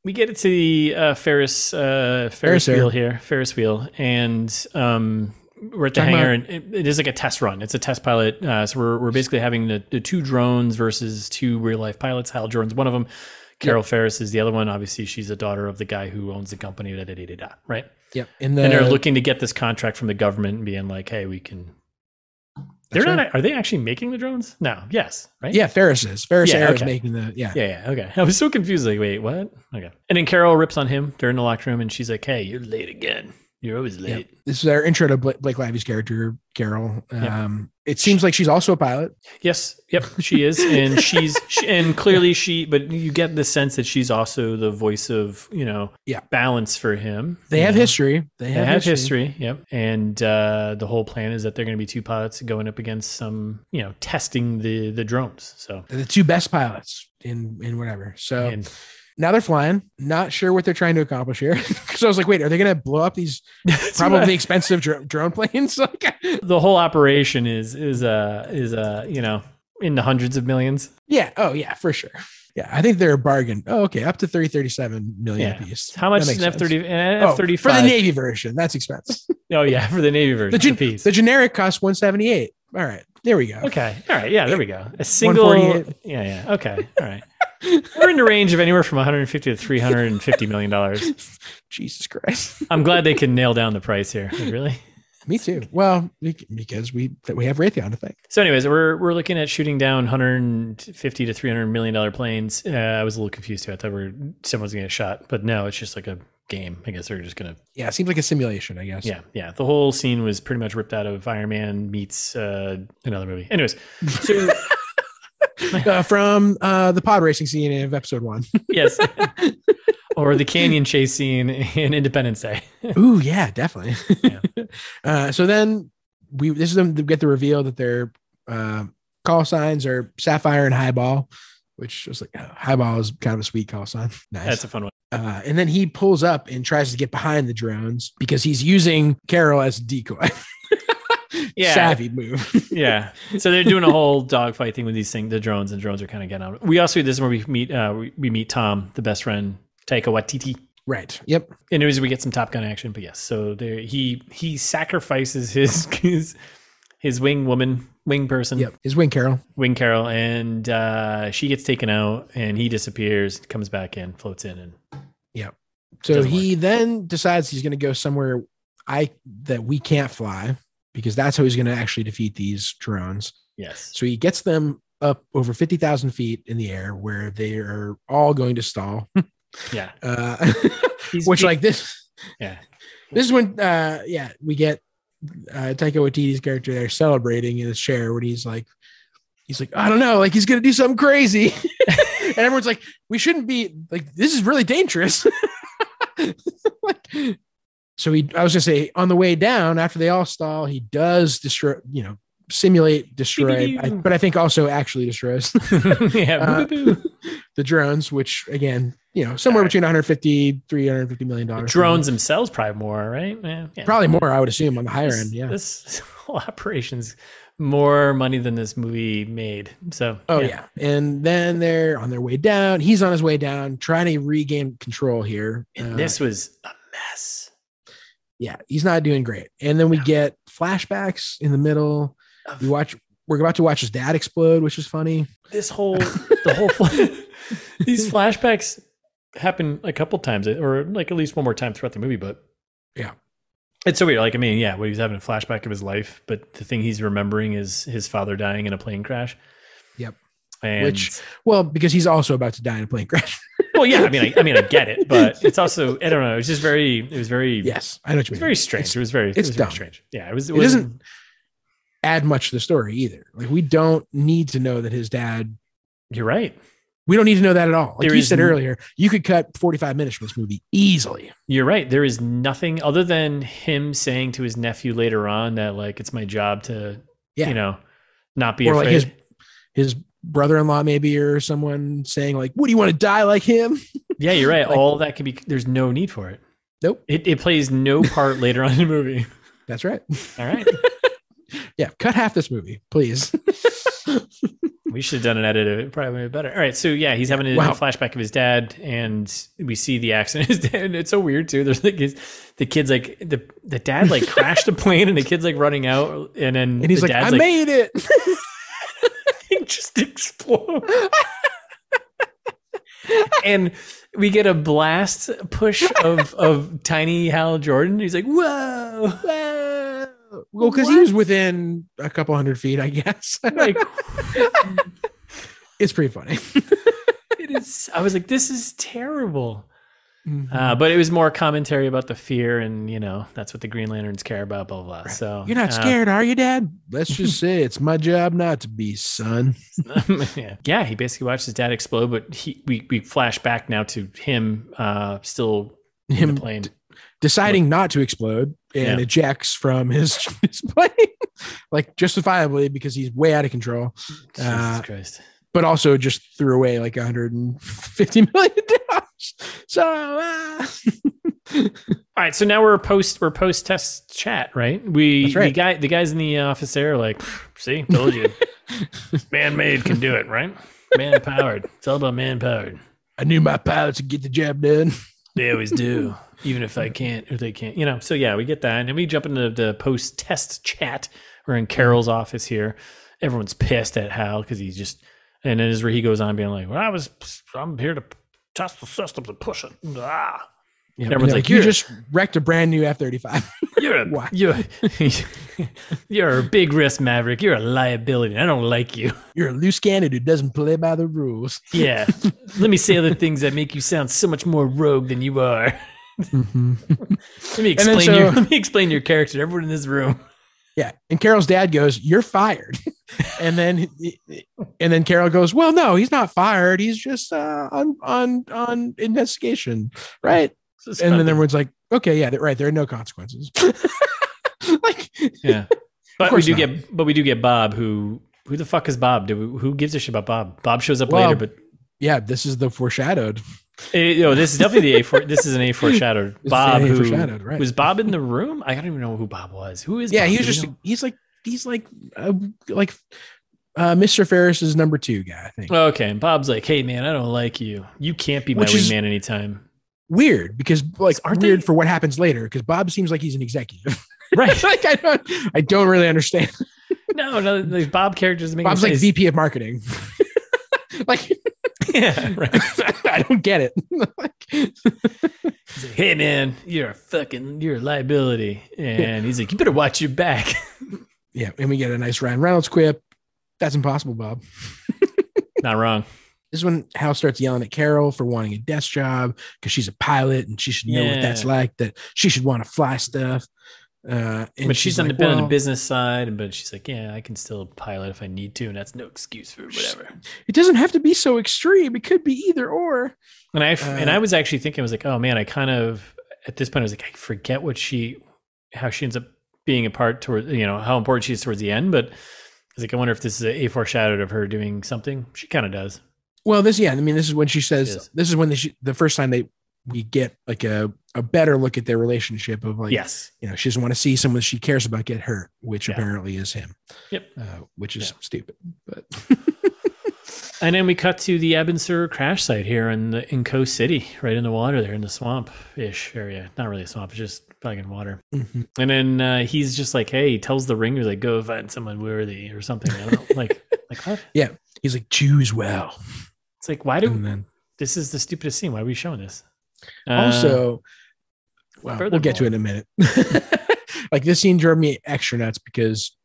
S2: we get to the uh, Ferris uh, Ferris
S1: Ferris
S2: wheel here, Ferris wheel, and um, we're at the
S1: Talking
S2: hangar, and it, it is like a test run. It's a test pilot, uh, so we're we're basically having the, the two drones versus two real life pilots. Hal Jordan's one of them. Carol Ferris is the other one. Obviously, she's the daughter of the guy who owns the company. Da da da da da. Right,
S1: Yep. And, the,
S2: and they're looking to get this contract from the government, and being like, "Hey, we can." They're
S1: That's
S2: not. Are they actually making the drones? No. Yes. Right.
S1: Yeah, Ferris is. Ferris
S2: Yeah,
S1: Air is
S2: okay.
S1: making the yeah.
S2: Yeah, yeah, okay. I was so confused. Like, wait, what? Okay. And then Carol rips on him during the locker room and she's like, hey, you're late again. You're always
S1: Yep.
S2: late.
S1: This is our intro to Bla- Blake Lively's character, Carol.
S2: Yep.
S1: Um, It seems like she's also a pilot.
S2: Yes, yep, she is. And she's, she, and clearly she, but you get the sense that she's also the voice of, you know,
S1: Yeah.
S2: balance for him.
S1: They
S2: you
S1: have
S2: know?
S1: history. They
S2: They
S1: have, history.
S2: Yep. And uh, the whole plan is that they're going to be two pilots going up against some, you know, testing the the drones. So,
S1: They're the two best pilots in in whatever. So
S2: and
S1: now they're flying. Not sure what they're trying to accomplish here. Because I was like, wait, are they going to blow up these probably expensive dro- drone planes? like,
S2: the whole operation is is uh is uh you know in the hundreds of millions.
S1: yeah. Oh yeah, for sure. Yeah, I think they're a bargain. Oh, okay, up to three thirty-seven million
S2: Yeah.
S1: apiece.
S2: How much
S1: That
S2: is
S1: makes
S2: an F
S1: sense.
S2: thirty an
S1: Oh,
S2: F thirty
S1: for the
S2: five?
S1: Navy version? That's expensive.
S2: Oh yeah, for the Navy version.
S1: The, gen-
S2: the piece.
S1: the generic costs one seventy-eight. All right, there we go.
S2: okay. All right. Yeah. There we go. A single. Yeah.
S1: 148.
S2: Yeah. Okay. All right. We're in the range of anywhere from 150 to 350 million dollars.
S1: Jesus Christ.
S2: I'm glad they can nail down the price here. Like, really.
S1: Me too. Well, bec- because we that we have Raytheon to thank.
S2: So, anyways, we're we're looking at shooting down 150 to 300 million dollar planes. Uh, I was a little confused too. I thought we were, someone's gonna get shot, but no, it's just like a game. I guess they're just gonna
S1: Yeah, it seems like a simulation, I guess.
S2: Yeah, yeah. The whole scene was pretty much ripped out of Iron Man meets uh, another movie. Anyways, so
S1: Uh, from uh, the pod racing scene of episode one.
S2: yes, or the canyon chase scene in Independence Day.
S1: Ooh, yeah, definitely.
S2: Yeah.
S1: uh, so then we this is them to get the reveal that their uh, call signs are Sapphire and Highball, which was like uh, Highball is kind of a sweet call sign. Nice.
S2: That's a fun one.
S1: uh, and then he pulls up and tries to get behind the drones because he's using Carol as a decoy.
S2: Yeah.
S1: Savvy move.
S2: Yeah. So they're doing a whole dogfight thing with these things. The drones and drones are kind of getting on. We also this is where we meet uh, we, we meet Tom, the best friend Taika Waititi.
S1: Right. Yep.
S2: Anyways, we get some Top Gun action, but yes. So there, he he sacrifices his his his wing woman, wing person,
S1: Yep. His wing Carol.
S2: wing Carol, and uh, she gets taken out, and he disappears, comes back in, floats in, and
S1: So
S2: Doesn't
S1: he then decides he's going to go somewhere I that we can't fly because that's how he's going to actually defeat these drones.
S2: yes,
S1: So he gets them up over 50,000 feet in the air where they are all going to stall.
S2: yeah,
S1: Uh,
S2: He's-
S1: which
S2: he-
S1: like this,
S2: yeah,
S1: this is when, uh, yeah, we get uh, Taika Waititi's character there celebrating in his chair when he's like, he's like, I don't know, like he's going to do something crazy. and everyone's like, we shouldn't be like, this is really dangerous. like, so he, I was gonna say on the way down after they all stall, he does destroy, you know, simulate destroy, I- but I think also actually destroys
S2: yeah,
S1: Uh,
S2: boo-boo-boo.
S1: the drones, which again, you know, somewhere
S2: Alright.
S1: between 150, 350 million dollars.
S2: drones themselves probably more, right? Yeah, yeah.
S1: probably more, I would assume, on the higher
S2: This-
S1: end. Yeah.
S2: this whole operation's more money than this movie made. So
S1: Oh yeah. And then they're on their way down. He's on his way down, trying to regain control here.
S2: And
S1: Uh,
S2: this was a mess
S1: yeah, he's not doing great. And then we
S2: No.
S1: get flashbacks in the middle.
S2: of
S1: We watch. We're about to watch his dad explode, which is funny.
S2: this whole the whole fl- these flashbacks happen a couple times or like at least one more time throughout the movie but
S1: Yeah.
S2: it's so weird like i mean yeah well, he's having a flashback of his life but the thing he's remembering is his father dying in a plane crash
S1: Yep.
S2: and
S1: Which- Well, because he's also about to die in a plane crash.
S2: well yeah i mean I, I mean i get it but it's also i don't know it's just very it was very
S1: yes, I know what
S2: it
S1: you
S2: was
S1: mean.
S2: very strange it was very it
S1: it's
S2: was very
S1: dumb.
S2: strange yeah it was
S1: It
S2: was
S1: doesn't- Add much to the story either. Like we don't need to know that his dad.
S2: you're right
S1: We don't need to know that at all. Like
S2: There
S1: you
S2: is
S1: said
S2: n-
S1: earlier, you could cut forty-five minutes from this movie easily.
S2: You're right. There is nothing other than him saying to his nephew later on that like it's my job to
S1: Yeah.
S2: you know not be
S1: Or,
S2: afraid.
S1: like, his- His brother-in-law, maybe, or someone saying like, "What do you want to die like him?"
S2: yeah, you're right.
S1: like-
S2: All that can be there's no need for it.
S1: Nope.
S2: It it plays no part later on in the movie.
S1: That's right.
S2: All right.
S1: Yeah, cut half this movie, please.
S2: We should have done an edit of it. Probably would've been better. All right. So yeah, he's having a,
S1: Wow.
S2: flashback of his dad, and we see the accident. His dad, and it's so weird too. There's like his, the kids like the the dad like crashed a plane, and the kids like running out, and then
S1: And he's
S2: the
S1: like, "I
S2: dad's
S1: made it."
S2: thing just explodes. and we get a blast push of of tiny Hal Jordan. He's like, "Whoa!"
S1: well, because he was within a couple hundred feet, I guess.
S2: Like
S1: it's pretty funny.
S2: it is. I was like, "This is terrible."
S1: Mhm.
S2: Uh, but it was more commentary about the fear, and you know that's what the Green Lanterns care about. Blah blah. blah.
S1: Right.
S2: So
S1: You're not
S2: uh,
S1: scared, are you, Dad? Let's just say it's my job not to be, son.
S2: yeah. yeah, he basically watched his dad explode, but he we we flash back now to him uh, still in
S1: Him
S2: the plane.
S1: deciding not to explode and
S2: Yeah.
S1: ejects from his, his plane, like justifiably because he's way out of control,
S2: Jesus
S1: uh,
S2: Christ.
S1: but also just threw away like 150 million dollars. So, uh,
S2: All right, so now we're post we're post test chat, right? We
S1: That's right.
S2: the guy the guys in the uh, office there are like, see, told you, man made can do it, right? Man powered. It's all about man powered.
S1: I knew my pilots would get the job done.
S2: They always do, even if I can't or they can't, you know. So yeah, we get that, and then we jump into the post test chat. We're in Carol's office here. Everyone's pissed at Hal because he's just, and then is where he goes on being like, well, I was, I'm here to test the system to push it. Ah,
S1: Yeah,
S2: Everyone's
S1: they're
S2: like,
S1: you
S2: "You're-"
S1: just wrecked a brand new F 35.
S2: You're a
S1: Why?
S2: you're, you're a big risk maverick. You're a liability. I don't like you.
S1: You're a loose cannon who doesn't play by the rules.
S2: Yeah. Let me say other things that make you sound so much more rogue than you are. Mm-hmm. Let me
S1: And then
S2: explain your
S1: so-
S2: let me explain your character to everyone in this room.
S1: Yeah. And Carol's dad goes, You're fired. and then and then Carol goes, Well, no, he's not fired. He's just uh, on on on investigation. Right. And then everyone's like, Okay, yeah, they're right. There are no consequences. like
S2: yeah. But we
S1: course
S2: do
S1: not.
S2: get but we do get Bob who who the fuck is Bob? Do we, who gives a shit about Bob? Bob shows up
S1: Well-
S2: later, but
S1: yeah, this is the foreshadowed.
S2: Eh, no, this is definitely the A four. This is an A foreshadowed.
S1: is
S2: Bob,
S1: an A
S2: who
S1: foreshadowed, right.
S2: was Bob in the room? I don't even know who Bob was. Who is?
S1: Yeah,
S2: Bob?
S1: he was
S2: Do we
S1: just
S2: know?
S1: he's like he's like uh, like uh, Mr. Ferris's number two guy, I think.
S2: Okay, and Bob's like, "Hey, man, I don't like you. You can't be my
S1: Which is-
S2: wingman anytime."
S1: weird because like
S2: Aren't
S1: weird
S2: they-
S1: for what happens later because Bob seems like he's an executive.
S2: right?
S1: like I don't, I don't really understand.
S2: No, no, these Bob characters make
S1: Bob's like VP of marketing. like
S2: yeah, right.
S1: I don't get it. Like,
S2: He's like, hey man, you're a fucking you're a liability, and he's like, you better watch your back.
S1: yeah, and we get a nice Ryan Reynolds quip. That's impossible, Bob.
S2: Not wrong.
S1: This is when Hal starts yelling at Carol for wanting a desk job because she's a pilot and she should know what
S2: Yeah.
S1: that's like. That she should want to fly stuff. Uh, and
S2: but she's, on,
S1: like,
S2: the, been on
S1: "Well,
S2: the business side, but she's like, yeah, I can still pilot if I need to, and that's no excuse for whatever.
S1: It doesn't have to be so extreme. It could be either or.
S2: And I f-
S1: Uh,
S2: and I was actually thinking, I was like, oh man, I kind of at this point I was like, I forget what she, how she ends up being a part toward, you know, how important she is towards the end. But I was like, I wonder if this is a, a foreshadowed of her doing something. She kind of does.
S1: Well, this yeah, I mean, this is when she says
S2: Yes.
S1: this is when the, the first time they we get like a a better look at their relationship of like
S2: yes.
S1: you know she doesn't want to see someone she cares about get hurt, which
S2: Yeah.
S1: apparently is him.
S2: Yep.
S1: Uh, which is
S2: Yeah.
S1: stupid, but
S2: And then we cut to the Abensur crash site here in the in Coast City, right in the water there in the swamp ish area. Not really a swamp, it's just fucking water.
S1: Mhm.
S2: And then uh, he's just like, hey, he tells the ring, he's like, go find someone worthy or something. I don't, like, like what?
S1: he's like choose well,
S2: It's like, why do
S1: and then
S2: this is the stupidest scene? Why are we showing this? Uh,
S1: also, well, we'll get to it in a minute. like this scene drove me extra nuts because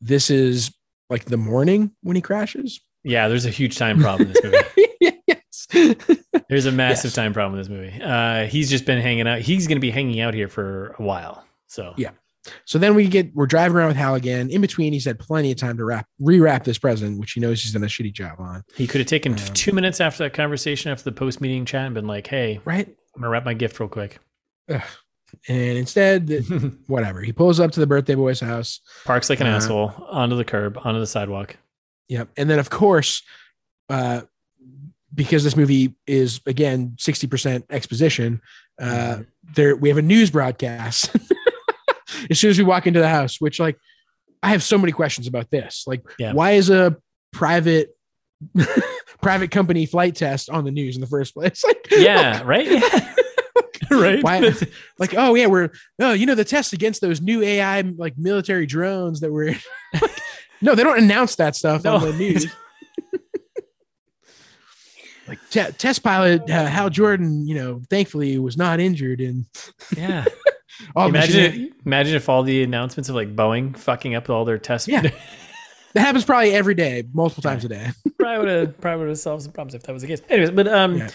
S1: this is like the morning when he crashes.
S2: yeah, there's a huge time problem in this movie.
S1: yes,
S2: There's a massive
S1: Yes.
S2: time problem in this movie. Uh, he's just been hanging out. He's going to be hanging out here for a while. So
S1: Yeah. So then we get we're driving around with Hal again. In between, he's had plenty of time to wrap rewrap this present, which he knows he's done a shitty job on.
S2: he could have taken
S1: Um,
S2: two minutes after that conversation, after the post meeting chat, and been like, hey,
S1: Right?
S2: I'm gonna wrap my gift real quick.
S1: And instead, th- whatever. He pulls up to the birthday boy's house.
S2: Parks like an
S1: Uh,
S2: asshole onto the curb, onto the sidewalk.
S1: Yep. And then of course, uh because this movie is again 60% exposition, uh there we have a news broadcast. as soon as we walk into the house, which like I have so many questions about this. Like
S2: Yeah.
S1: why is a private private company flight test on the news in the first place? Like
S2: yeah, right. Yeah. right.
S1: Why-
S2: That's-
S1: like oh yeah we're oh you know the test against those new ai like military drones that were Like, no they don't announce that stuff on
S2: No.
S1: the news like te- test pilot uh, hal jordan you know thankfully was not injured in
S2: yeah.
S1: all the
S2: imagine,
S1: shit.
S2: if, imagine if all the announcements of like Boeing fucking up all their tests.
S1: Yeah. that happens probably every day multiple times a day
S2: probably would have probably would have solved some problems if that was the case. Anyways, but um,
S1: Yeah.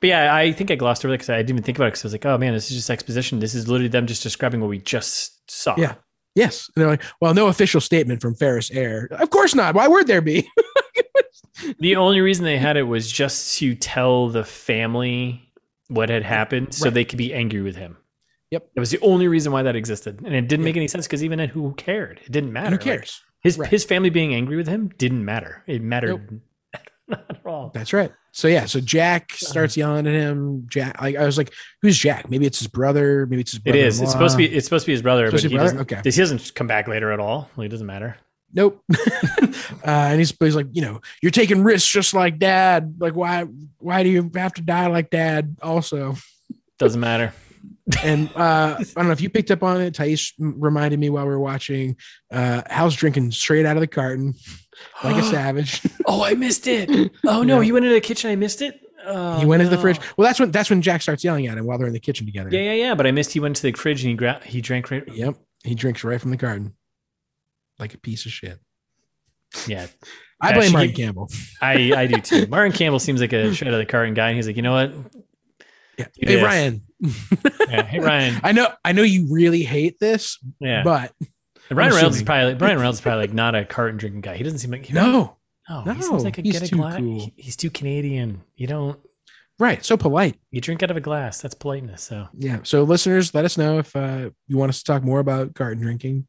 S2: but yeah, I think I glossed over it because I didn't even think about it because I was like, oh man, this is just exposition. This is literally them just describing what we just saw.
S1: Yeah. yes and they're like well no official statement from ferris air of course not why would there be
S2: The only reason they had it was just to tell the family what had happened so
S1: Right.
S2: they could be angry with him.
S1: Yep.
S2: That was the only reason why that existed. And it didn't
S1: Yeah.
S2: make any sense because even then, who cared? It didn't matter.
S1: who
S2: Like,
S1: cares
S2: his
S1: Right.
S2: his family being angry with him didn't matter. It mattered not at all.
S1: That's right. So yeah, so Jack
S2: Uh-huh.
S1: starts yelling at him. Jack, like I was like, "Who's Jack? Maybe it's his brother. Maybe it's his
S2: It
S1: brother."
S2: is. It's supposed to be. It's supposed to be his brother, but
S1: Supposed to
S2: he
S1: be brother?
S2: doesn't.
S1: Okay.
S2: This he doesn't come back later at all. Like, it doesn't matter.
S1: Nope. uh, and he's, he's like, you know, you're taking risks just like Dad. Like why? Why do you have to die like Dad? Also,
S2: Doesn't matter.
S1: and uh, I don't know if you picked up on it. Thais reminded me while we were watching. Uh, Hal's drinking straight out of the carton like a savage.
S2: oh, I missed it. Oh no,
S1: Yeah.
S2: he went into the kitchen. I missed it. Oh,
S1: he went into the
S2: no.
S1: fridge. Well, that's when that's when Jack starts yelling at him while they're in the kitchen together.
S2: Yeah, yeah, yeah. But I missed. He went to the fridge and he gra- he drank. Right-
S1: Yep. He drinks right from the carton, like a piece of shit.
S2: yeah,
S1: I
S2: Yeah,
S1: blame
S2: she-
S1: Martin Campbell.
S2: I I do too. Martin Campbell seems like a shred of the carton guy, and he's like, you know what?
S1: Yeah.
S2: It
S1: Hey
S2: is.
S1: Ryan,
S2: Yeah, hey Ryan.
S1: I know I know you really hate this,
S2: Yeah,
S1: but
S2: And Ryan
S1: I'm
S2: Reynolds is
S1: assuming.
S2: probably Brian Reynolds is probably like not a carton drinking guy. He doesn't seem like he,
S1: no.
S2: no,
S1: No,
S2: he seems like a
S1: he's
S2: get a
S1: too
S2: glass.
S1: cool.
S2: he- he's too Canadian. You don't
S1: Right. So polite.
S2: you drink out of a glass. That's politeness. So
S1: Yeah. So listeners, let us know if uh, you want us to talk more about garden drinking.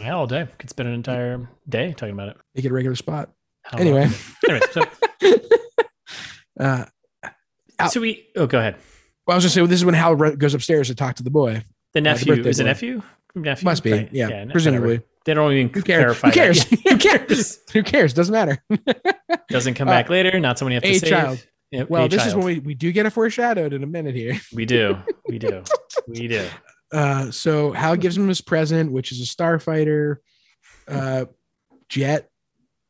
S2: yeah, all day could spend an entire day talking about it.
S1: Make it a regular spot.
S2: How long
S1: anyway.
S2: is it? Anyway, so,
S1: Uh, Out.
S2: so we oh go ahead.
S1: well, I was gonna say well, this is when Hal re- goes upstairs to talk to the boy.
S2: The nephew
S1: birthday
S2: is it
S1: boy.
S2: nephew? Nephew
S1: Must be,
S2: Right.
S1: yeah,
S2: n-
S1: presumably.
S2: whatever. They don't even
S1: Who cares?
S2: clarify.
S1: Who cares?
S2: that.
S1: Who cares? Who cares? Doesn't matter.
S2: Doesn't come back later. Not someone you have to
S1: A
S2: save.
S1: child.
S2: Yeah,
S1: Well,
S2: hey,
S1: this is
S2: child.
S1: when we, we do get a foreshadowed in a minute here.
S2: we do, we do, we do.
S1: Uh, so Hal gives him his present, which is a starfighter uh, jet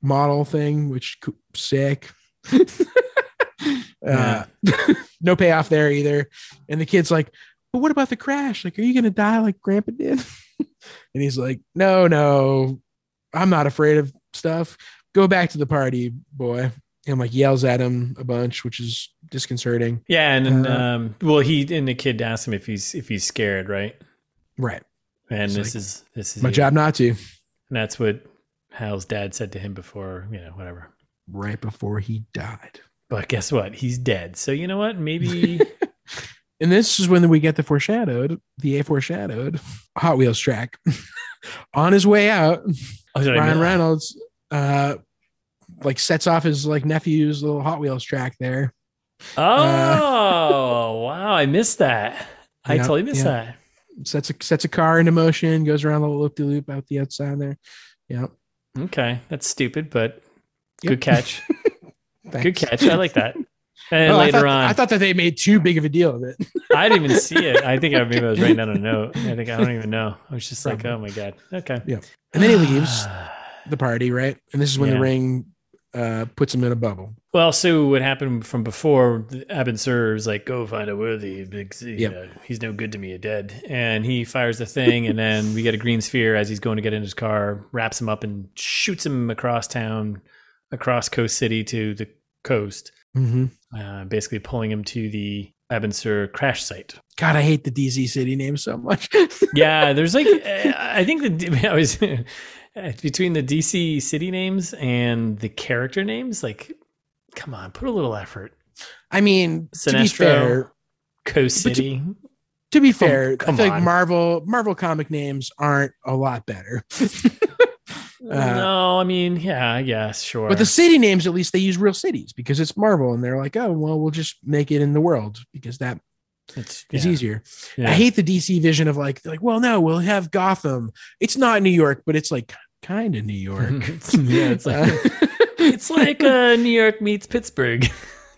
S1: model thing, which co- sick. uh,
S2: Yeah.
S1: no payoff there either. And the kid's like, but what about the crash? Like, are you gonna die like grandpa did? and he's like, No, no, I'm not afraid of stuff. Go back to the party, boy. And like yells at him a bunch, which is disconcerting.
S2: Yeah, and then,
S1: Uh,
S2: um, well, he and the kid asked him if he's if he's scared, right?
S1: Right.
S2: And
S1: It's
S2: this is this is
S1: My
S2: it.
S1: job not to.
S2: And that's what Hal's dad said to him before, you know, whatever.
S1: Right before he died.
S2: But guess what? He's dead. So you know what? Maybe
S1: And this is when we get the foreshadowed, the A foreshadowed Hot Wheels track. On his way out,
S2: oh, did I
S1: Ryan
S2: miss-
S1: Reynolds uh like sets off his like nephew's little Hot Wheels track there.
S2: Oh wow, I missed that. I
S1: Yeah,
S2: totally missed
S1: yeah.
S2: that.
S1: Sets a sets a car into motion, goes around the loop de loop out the outside there. Yeah.
S2: Okay, that's stupid, but
S1: Yep.
S2: good catch.
S1: Thanks.
S2: good catch. I like that. And
S1: Oh, I
S2: later
S1: thought,
S2: on,
S1: I thought that they made too big of a deal of it.
S2: I didn't even see it. I think I maybe I was writing down a note. I think I don't even know. I was just like,
S1: Probably.
S2: oh my god. Okay.
S1: And then he leaves the party, right? And this is when
S2: Yeah.
S1: the ring uh puts him in a bubble.
S2: Well, so what happened from before? Abin Sur was like, "Go find a worthy. Because, you
S1: Yep.
S2: know, he's no good to me. You're dead." And he fires the thing, and then we get a green sphere as he's going to get in his car, wraps him up, and shoots him across town, across Coast City to the coast,
S1: Mm-hmm.
S2: uh, basically pulling him to the Abin Sur crash site.
S1: God, I hate the DZ city name so much.
S2: yeah, there's like I I think the D- I was between the DC city names and the character names. Like, come on, put a little effort.
S1: I mean, to be
S2: Sinestro.
S1: fair,
S2: Coast
S1: But you-
S2: City.
S1: to be
S2: Come-
S1: fair,
S2: come
S1: I feel
S2: on.
S1: like Marvel Marvel comic names aren't a lot better. Uh,
S2: no, I mean, yeah, I guess, sure.
S1: But the city names, at least they use real cities because it's Marvel, and they're like, oh well, we'll just make it in the world because that
S2: it's,
S1: is
S2: yeah,
S1: easier.
S2: yeah.
S1: I hate the DC vision of like, they're like, well, no, we'll have Gotham. It's not New York, but it's like kind of New
S2: Mm-hmm.
S1: York.
S2: yeah, it's like
S1: Uh,
S2: it's like uh, New York meets Pittsburgh.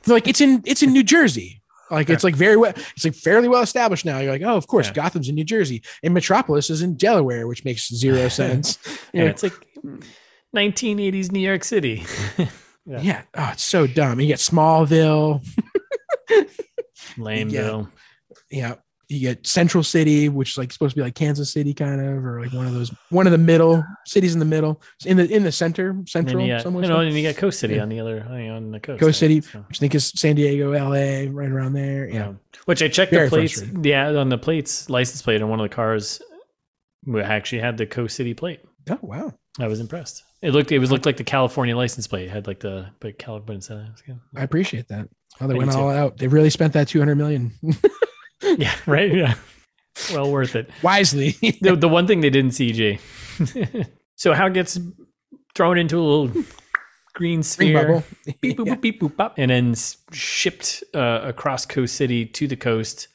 S1: they're like it's in it's in New Jersey. Like it's like very well, it's like fairly well established now. You're like, oh, of course,
S2: Yeah.
S1: Gotham's in New Jersey, and Metropolis is in Delaware, which makes zero sense.
S2: Yeah,
S1: Yeah.
S2: it's like 1980s New York City. Yeah.
S1: Yeah. Oh, it's so dumb. You get Smallville.
S2: Lameville.
S1: Yeah. You get Central City, which is like supposed to be like Kansas City, kind of, or like one of those, one of the middle cities in the middle, It's in the in the center,
S2: And then
S1: central,
S2: you got, you
S1: somewhere.
S2: know, and you got Coast City
S1: Yeah.
S2: on the other on the coast.
S1: Coast City.
S2: right? So,
S1: which I think is San Diego, LA, right around there. Yeah.
S2: um, which I checked
S1: Very
S2: the plates.
S1: frustrating.
S2: Yeah, on the plates, license plate on one of the cars, we actually had the Coast City plate.
S1: Oh wow.
S2: I was impressed. It looked it was looked like the California license plate It had like the but California but instead it was good.
S1: I appreciate that. Oh,
S2: I
S1: they
S2: do
S1: went
S2: too.
S1: all out. They really spent that 200 million
S2: Yeah, right. Yeah, well worth it.
S1: wisely.
S2: The, the one thing they didn't CG. so how gets thrown into a little green
S1: Green
S2: sphere,
S1: bubble.
S2: beep boop
S1: Yeah.
S2: boop beep boop bop, and then s- shipped uh, across Coast City to the coast,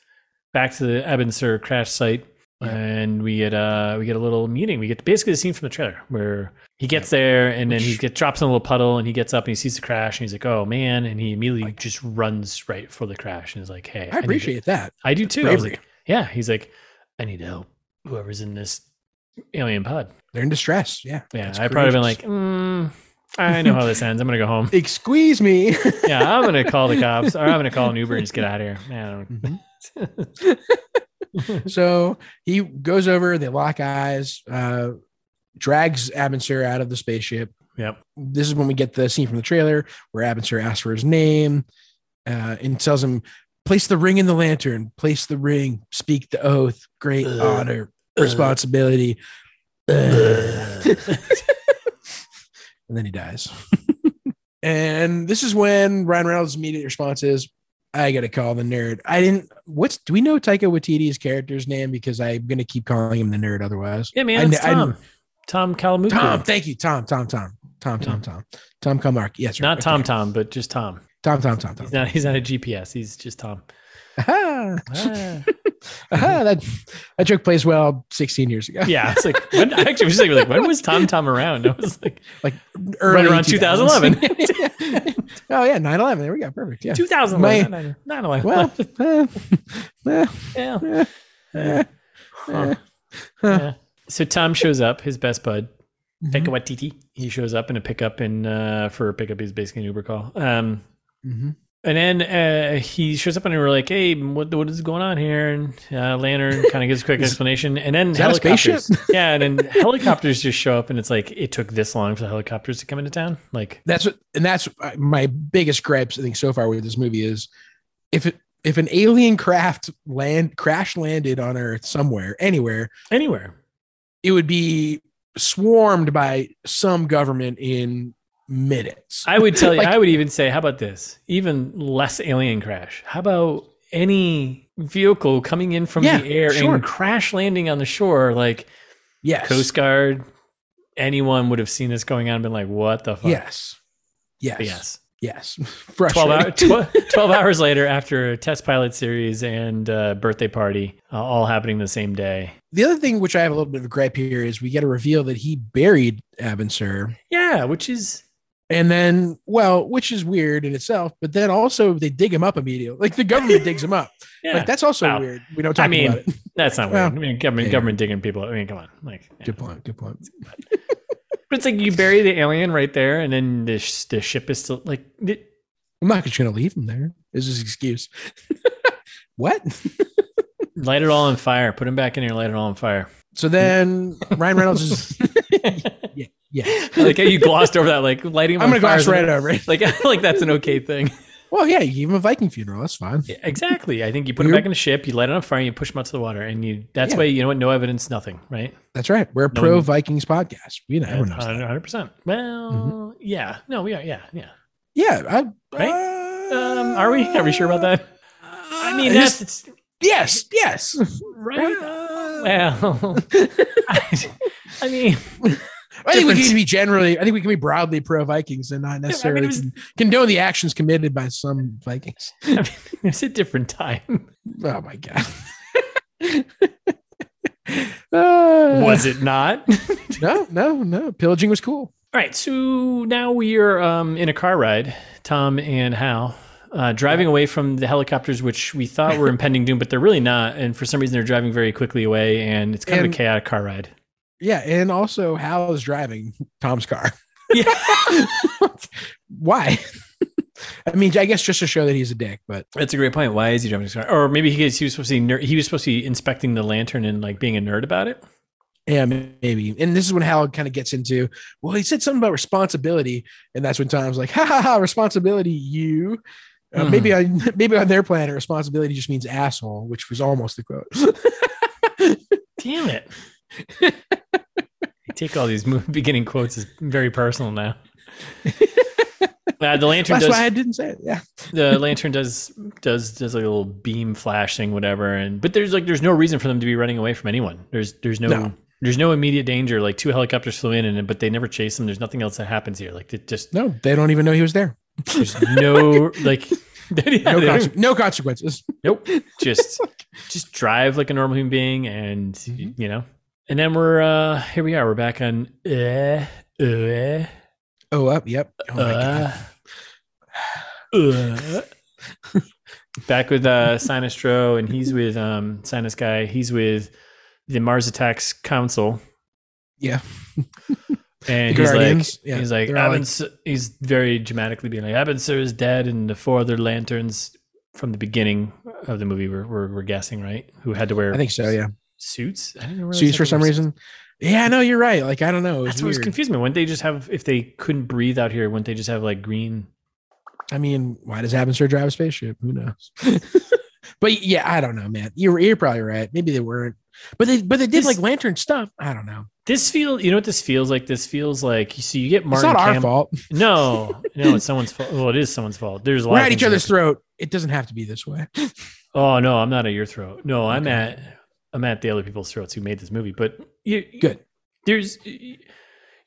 S2: back to the Ebon Sur crash site.
S1: Yeah.
S2: And we get uh we get a little meeting. We get basically the scene from the trailer where he gets there and then he
S1: Which-
S2: get drops in a little puddle and he gets up and he sees the crash and he's like, oh man, and he immediately just runs right for the crash and is like, hey,
S1: I
S2: need to-
S1: appreciate that.
S2: I do too. I was
S1: bravery.
S2: like, yeah. He's like, I need to help whoever's in this alien pod.
S1: They're in distress. Yeah.
S2: Yeah,
S1: That's
S2: I probably been like,
S1: courageous.
S2: mm, I know how this ends. I'm gonna go home.
S1: Excuse me.
S2: Yeah, I'm gonna call the cops or I'm gonna call an Uber and just get out of here. Man,
S1: so he goes over, they lock eyes, uh, drags Abensur out of the spaceship.
S2: yep.
S1: This is when we get the scene from the trailer where Abensur asks for his name uh, and tells him, Place the ring in the lantern, place the ring, speak the oath, great
S2: Uh,
S1: honor, responsibility. Uh. and then he dies. and this is when Ryan Reynolds' immediate response is, I gotta call the nerd. I didn't. What's do we know Taika Waititi's character's name? Because I'm gonna keep calling him the nerd otherwise.
S2: Yeah,
S1: I
S2: man, it's
S1: kn- I kn-
S2: Tom. Tom Kalamuku.
S1: Tom, thank you, Tom, Tom, Tom, Tom, Tom, Tom, Tom Kalmark. Yes, right,
S2: Not Tom
S1: okay.
S2: Tom, but just Tom.
S1: Tom, Tom, Tom, Tom.
S2: He's not he's not a GPS, he's just Tom.
S1: Aha!
S2: Ah.
S1: Aha! That that joke plays well 16 years ago.
S2: yeah, it's like when, I actually was like, like, when was Tom Tom around? I was like,
S1: Early
S2: around
S1: 2000s. oh yeah, 9/11. There we go. Perfect. Yeah.
S2: 2011, not 9 not 11.
S1: Well, uh, uh,
S2: Yeah.
S1: uh, Huh.
S2: Huh. Yeah. So Tom shows up, his best bud,
S1: mhm,
S2: Pekka Watiti. He shows up in a pickup in uh, for a pickup is basically an Uber call. Um,
S1: mhm.
S2: and then uh, he shows up and we're like, "Hey, what what is going on here?" And uh, Lantern kind of gives a quick explanation, and then
S1: Is that a spaceship?
S2: helicopters, yeah, and then helicopters just show up, and it's like it took this long for the helicopters to come into town. Like,
S1: That's what, and that's uh, my biggest gripes I think so far with this movie is if it if an alien craft land crash landed on Earth somewhere anywhere,
S2: anywhere,
S1: it would be swarmed by some government in minutes.
S2: I would tell you,
S1: Like-
S2: I would even say, how about this? Even less alien crash. How about any vehicle coming in from
S1: Yeah,
S2: the air
S1: sure.
S2: and crash landing on the shore? Like
S1: yes.
S2: Coast Guard, anyone would have seen this going on and been like, what the fuck?
S1: Yes. Yes.
S2: But yes.
S1: Yes.
S2: 12,
S1: Frustrating.
S2: hour, tw- 12 hours later, after a test pilot series and uh, birthday party, uh, all happening the same day.
S1: The other thing which I have a little bit of a gripe here is we get a reveal that he buried Abensur.
S2: Yeah, which is
S1: And then, well, which is weird in itself, but then also they dig him up immediately. Like the government digs him up.
S2: yeah.
S1: Like that's also
S2: Wow.
S1: weird. We don't talk
S2: I mean,
S1: about it.
S2: that's not
S1: well,
S2: weird. I mean, government,
S1: yeah.
S2: government digging people. I mean, come on, like yeah.
S1: Good point. Good point.
S2: But it's like you bury the alien right there, and then the, sh- the ship is still like. it-
S1: I'm not just going to leave him there. This is his excuse. what?
S2: Light it all on fire. Put him back in here. Light it all on fire.
S1: So then Ryan Reynolds is, yeah.
S2: like you glossed over that. Like lighting. Him
S1: I'm going
S2: on
S1: to
S2: fire
S1: gloss
S2: is an-
S1: right over it.
S2: Like like that's an okay thing.
S1: Well, yeah, you gave him a Viking funeral. That's fine.
S2: Yeah, exactly. I think you put him
S1: You're-
S2: back in the ship. You light it on fire. and You push him out to the water, and you. That's
S1: Yeah.
S2: why you know what? No evidence, nothing. Right.
S1: That's right. We're a
S2: No
S1: pro
S2: one- uh,
S1: Vikings podcast. We know. Everyone knows that. Mm-hmm.
S2: Hundred percent. Well, yeah. No, we are. Yeah, yeah.
S1: Yeah. I, uh,
S2: Um, are we? Are we sure about that? I mean, that's it's,
S1: yes, yes.
S2: right.
S1: Uh,
S2: Well, I, I mean,
S1: I think we
S2: different-
S1: need to be generally. I think we can be broadly pro Vikings and not necessarily
S2: was-
S1: con- condone the actions committed by some Vikings.
S2: it's a different time.
S1: Oh my god. Uh,
S2: Was it not?
S1: no, no, no. Pillaging was cool.
S2: All right, so now we are um, in a car ride, Tom and Hal, uh, driving away from the helicopters, which we thought were impending doom, but they're really not. And for some reason, they're driving very quickly away, and it's kind
S1: And-
S2: of a chaotic car ride.
S1: Yeah, and also Hal is driving Tom's car.
S2: Yeah.
S1: Why? I mean, I guess just to show that he's a dick, but
S2: That's a great point. Why is he driving his car? Or maybe he, gets, he was supposed to be ner- he was supposed to be inspecting the lantern and like being a nerd about it.
S1: Yeah, maybe. And this is when Hal kind of gets into, well, he said something about responsibility, and that's when Tom's like, ha ha ha, responsibility, you. Uh,
S2: Mhm.
S1: Maybe on maybe on their planet, responsibility just means asshole, which was almost the quote.
S2: Damn it! I take all these mo- beginning quotes as very personal now. Uh, the lantern
S1: that's
S2: does
S1: why I didn't say it. Yeah,
S2: the lantern does does does like a little beam flash thing, whatever. And but there's like there's no reason for them to be running away from anyone. There's there's no,
S1: No.
S2: there's no immediate danger. Like two helicopters flew in, and but they never chase them. There's nothing else that happens here. Like it just
S1: no, they don't even know he was there.
S2: there's no like
S1: No,
S2: they don't-
S1: conse- no consequences.
S2: nope. Just just drive like a normal human being, and
S1: Mhm.
S2: you know. And then we're uh here we are. We're back on uh uh
S1: Oh, up, yep. Oh my god,
S2: Uh, uh. Back with uh, Sinistro, and he's with um, Sinus guy. He's with the Mars Attacks Council,
S1: yeah.
S2: and
S1: The
S2: he's like,
S1: Guardians, yeah,
S2: he's like,
S1: they're all like-
S2: Abens, he's very dramatically being like, Abensur is dead, and the four other lanterns from the beginning of the movie were were, were guessing right who had to wear
S1: I think so. Yeah,
S2: suits. I didn't realize
S1: suits
S2: that
S1: for
S2: they
S1: some
S2: were-
S1: reason. Yeah, no, you're right. Like I don't know. It was
S2: That's what was
S1: weird.
S2: confusing me. Wouldn't they just have if they couldn't breathe out here? Wouldn't they just have like green?
S1: I mean, why does Abensur drive a spaceship? Who knows? but yeah, I don't know, man. You're you're probably right. Maybe they weren't, but they but they did
S2: This-
S1: like lantern stuff. I don't know.
S2: This feel you know what this feels like. This feels like so you get
S1: it's
S2: Martin
S1: not our
S2: Campbell-
S1: fault.
S2: No, no, it's someone's fault. Well, it is someone's fault. There's a lot.
S1: We're
S2: of
S1: at each
S2: things
S1: other's
S2: that-
S1: throat. It doesn't have to be this way.
S2: Oh no, I'm not at your throat. No, I'm
S1: Okay.
S2: at I'm at the other people's throats who made this movie. But you, you-
S1: Good.
S2: There's you-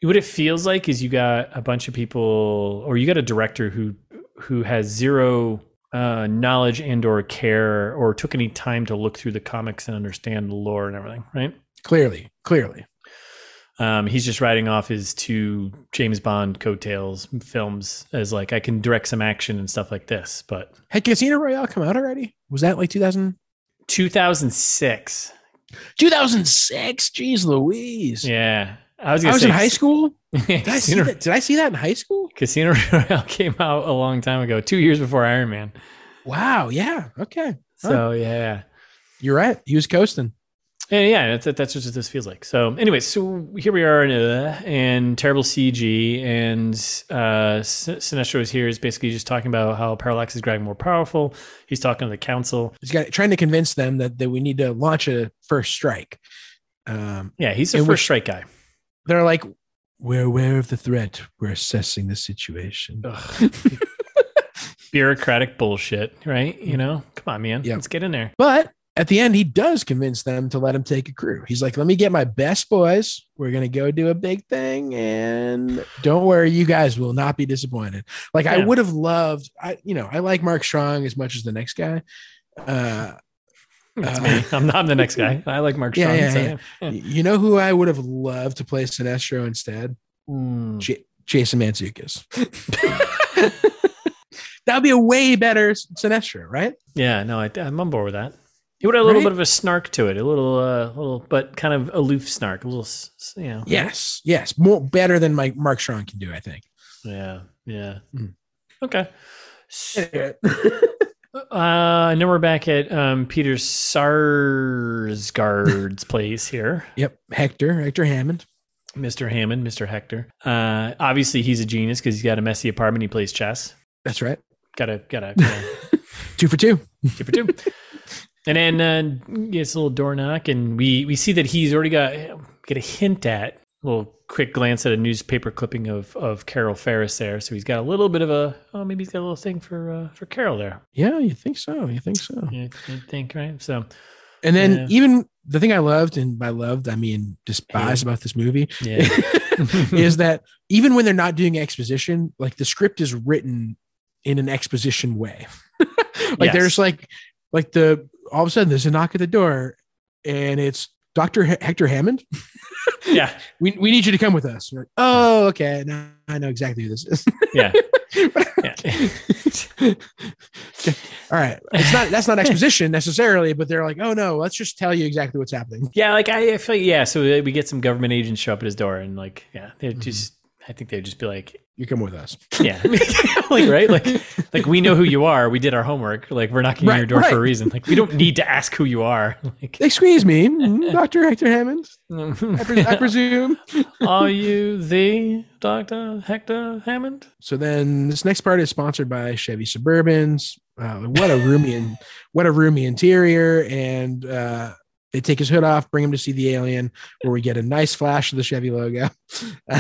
S2: what it feels like is you got a bunch of people, or you got a director who who has zero uh, knowledge and or care or took any time to look through the comics and understand the lore and everything, right?
S1: Clearly, clearly.
S2: Um, he's just riding off his two James Bond coattails films as like I can direct some action and stuff like this. But
S1: Had Casino Royale come out already? Was that like 2000?
S2: 2006,
S1: 2006? Jeez Louise.
S2: yeah, I was
S1: I
S2: gonna
S1: was
S2: say
S1: in high school. Did I, see
S2: Casino,
S1: that? Did I see that in high school?
S2: Casino Royale came out a long time ago, two years before Iron Man.
S1: Wow. Yeah. Okay.
S2: So yeah,
S1: You're right. He was coasting.
S2: yeah, yeah. That's that's just what this feels like. So anyway, so here we are in uh, and terrible CG, and uh, Sin- Sinestro is here is basically just talking about how Parallax is growing more powerful. He's talking to the council.
S1: He's got trying to convince them that, that we need to launch a first strike. Um,
S2: Yeah, he's the
S1: And we're-
S2: first strike guy.
S1: they're like, we're aware of the threat. We're assessing the situation.
S2: Ugh. Bureaucratic bullshit, right? You know, come on, man.
S1: Yeah.
S2: Let's get in there.
S1: But at the end, he does convince them to let him take a crew. He's like, let me get my best boys. We're going to go do a big thing. And don't worry, you guys will not be disappointed. Like, I
S2: Yeah.
S1: would have loved, I, you know, I like Mark Strong as much as the next guy. Uh,
S2: That's
S1: Uh,
S2: me. I'm not I'm the next guy. I like Mark
S1: Yeah,
S2: Strong.
S1: yeah,
S2: so-
S1: yeah. you know who I would have loved to play Sinestro instead?
S2: Mm.
S1: J- Jason Mantzoukas. that would be a way better Sinestro, right?
S2: Yeah, no, I, I'm on board with that. It would have a little
S1: Right?
S2: bit of a snark to it, a little, uh, little, but kind of aloof snark, a little, s- s- you know.
S1: Yes, yes, more better than my Mark Strong can do, I think.
S2: Yeah, yeah.
S1: Mm.
S2: Okay. S- Uh, and then we're back at um, Peter Sarsgaard's place here.
S1: Yep, Hector, Hector Hammond.
S2: Mr. Hammond, Mr. Hector. Uh, obviously, he's a genius because he's got a messy apartment. He plays chess.
S1: That's right.
S2: Gotta, gotta, gotta
S1: Two for two.
S2: two for two. And then uh, gets a little door knock, and we we see that he's already got get a hint at a little quick glance at a newspaper clipping of of Carol Ferris there. So he's got a little bit of a oh maybe he's got a little thing for uh, for Carol there.
S1: Yeah, you think so? You think so?
S2: You you think right? So
S1: And then
S2: Yeah.
S1: even the thing I loved, and by loved I mean despised about this movie,
S2: yeah, Hmm.
S1: is that even when they're not doing exposition, like the script is written in an exposition way. like
S2: Yes.
S1: there's like like the all of a sudden there's a knock at the door, and it's Doctor Hector Hammond.
S2: yeah,
S1: We, we need you to come with us. You're like, oh, okay. Now I know exactly who this is.
S2: yeah,
S1: But-
S2: yeah.
S1: All right. It's not that's not exposition necessarily, but they're like, oh no, let's just tell you exactly what's happening.
S2: Yeah, like I, I feel like, yeah. So we get some government agents show up at his door, and like, yeah, they
S1: Mhm.
S2: would just. I think they'd just be like,
S1: You come with us.
S2: yeah, like right, like like we know who you are. We did our homework. Like we're knocking on your
S1: Right,
S2: door
S1: right.
S2: for a reason. Like we don't need to ask who you are. Like,
S1: Excuse me, mm, Dr. Hector Hammond. I, pre- I presume.
S2: are you the Doctor Hector Hammond?
S1: So then this next part is sponsored by Chevy Suburbans. Uh, what a roomy and what a roomy interior. And uh, they take his hood off, bring him to see the alien, where we get a nice flash of the Chevy logo.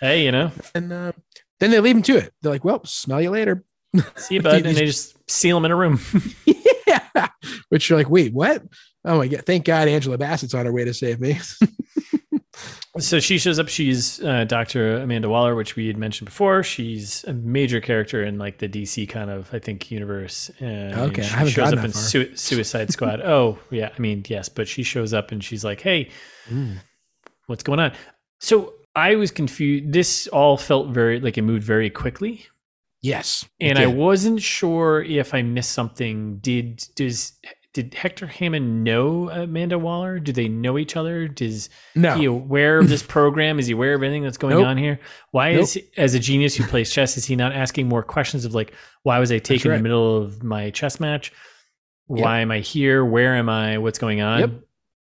S2: Hey, you know,
S1: and uh, then they leave him to it. They're like, well, smell you later.
S2: see you, bud, and they just seal him in a room.
S1: yeah. Which you're like, wait, what? Oh my god! Thank God, Angela Bassett's on her way to save me.
S2: So she shows up. She's uh, Dr. Amanda Waller, which we had mentioned before. She's a major character in like the DC kind of, I think, universe. And
S1: Okay, I
S2: she
S1: haven't
S2: shows
S1: gotten
S2: up
S1: that
S2: in
S1: far.
S2: Sui- Suicide Squad. oh, yeah. I mean, yes, but she shows up and she's like, "Hey, what's going on?" So I was confused. This all felt very like it moved very quickly,
S1: Yes,
S2: and
S1: it
S2: I
S1: did.
S2: wasn't sure if I missed something. Did does did Hector Hammond know Amanda Waller? Do they know each other? Does
S1: no,
S2: he aware of this program? Is he aware of anything that's going
S1: Nope.
S2: on here? Why is, he, as a genius who plays chess, is he not asking more questions of like, why was I taken in
S1: right.
S2: the middle of my chess match?
S1: Yep.
S2: Why am I here? Where am I? What's going on?
S1: Yep.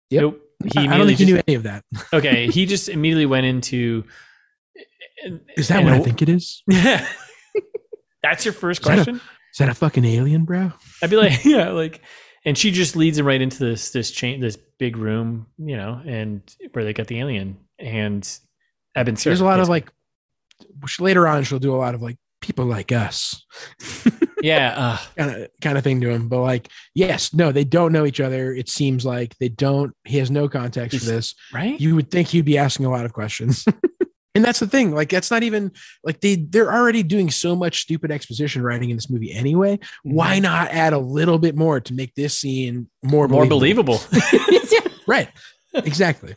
S1: Yep.
S2: Nope. He
S1: I don't
S2: immediately
S1: think he
S2: just,
S1: knew any of that.
S2: okay. He just immediately went into.
S1: Is that
S2: and
S1: what I
S2: a-
S1: think it is?
S2: that's your first
S1: Is that a-
S2: question.
S1: Is that a fucking alien, bro?
S2: I'd be like, yeah, like, and she just leads him right into this this chain, this big room, you know, and where they got the alien and Eben.
S1: There's a lot of like. Which later on, she'll do a lot of like people like us,
S2: yeah, uh,
S1: kind of kind of thing to him. But like, yes, no, they don't know each other. It seems like they don't. He has no context for
S2: He's-
S1: this.
S2: right?
S1: You would think he'd be asking a lot of questions. And that's the thing. Like, that's not even like they they're already doing so much stupid exposition writing in this movie anyway.
S2: Mm-hmm.
S1: Why not add a little bit more to make this scene more
S2: More believable.
S1: Right. Exactly.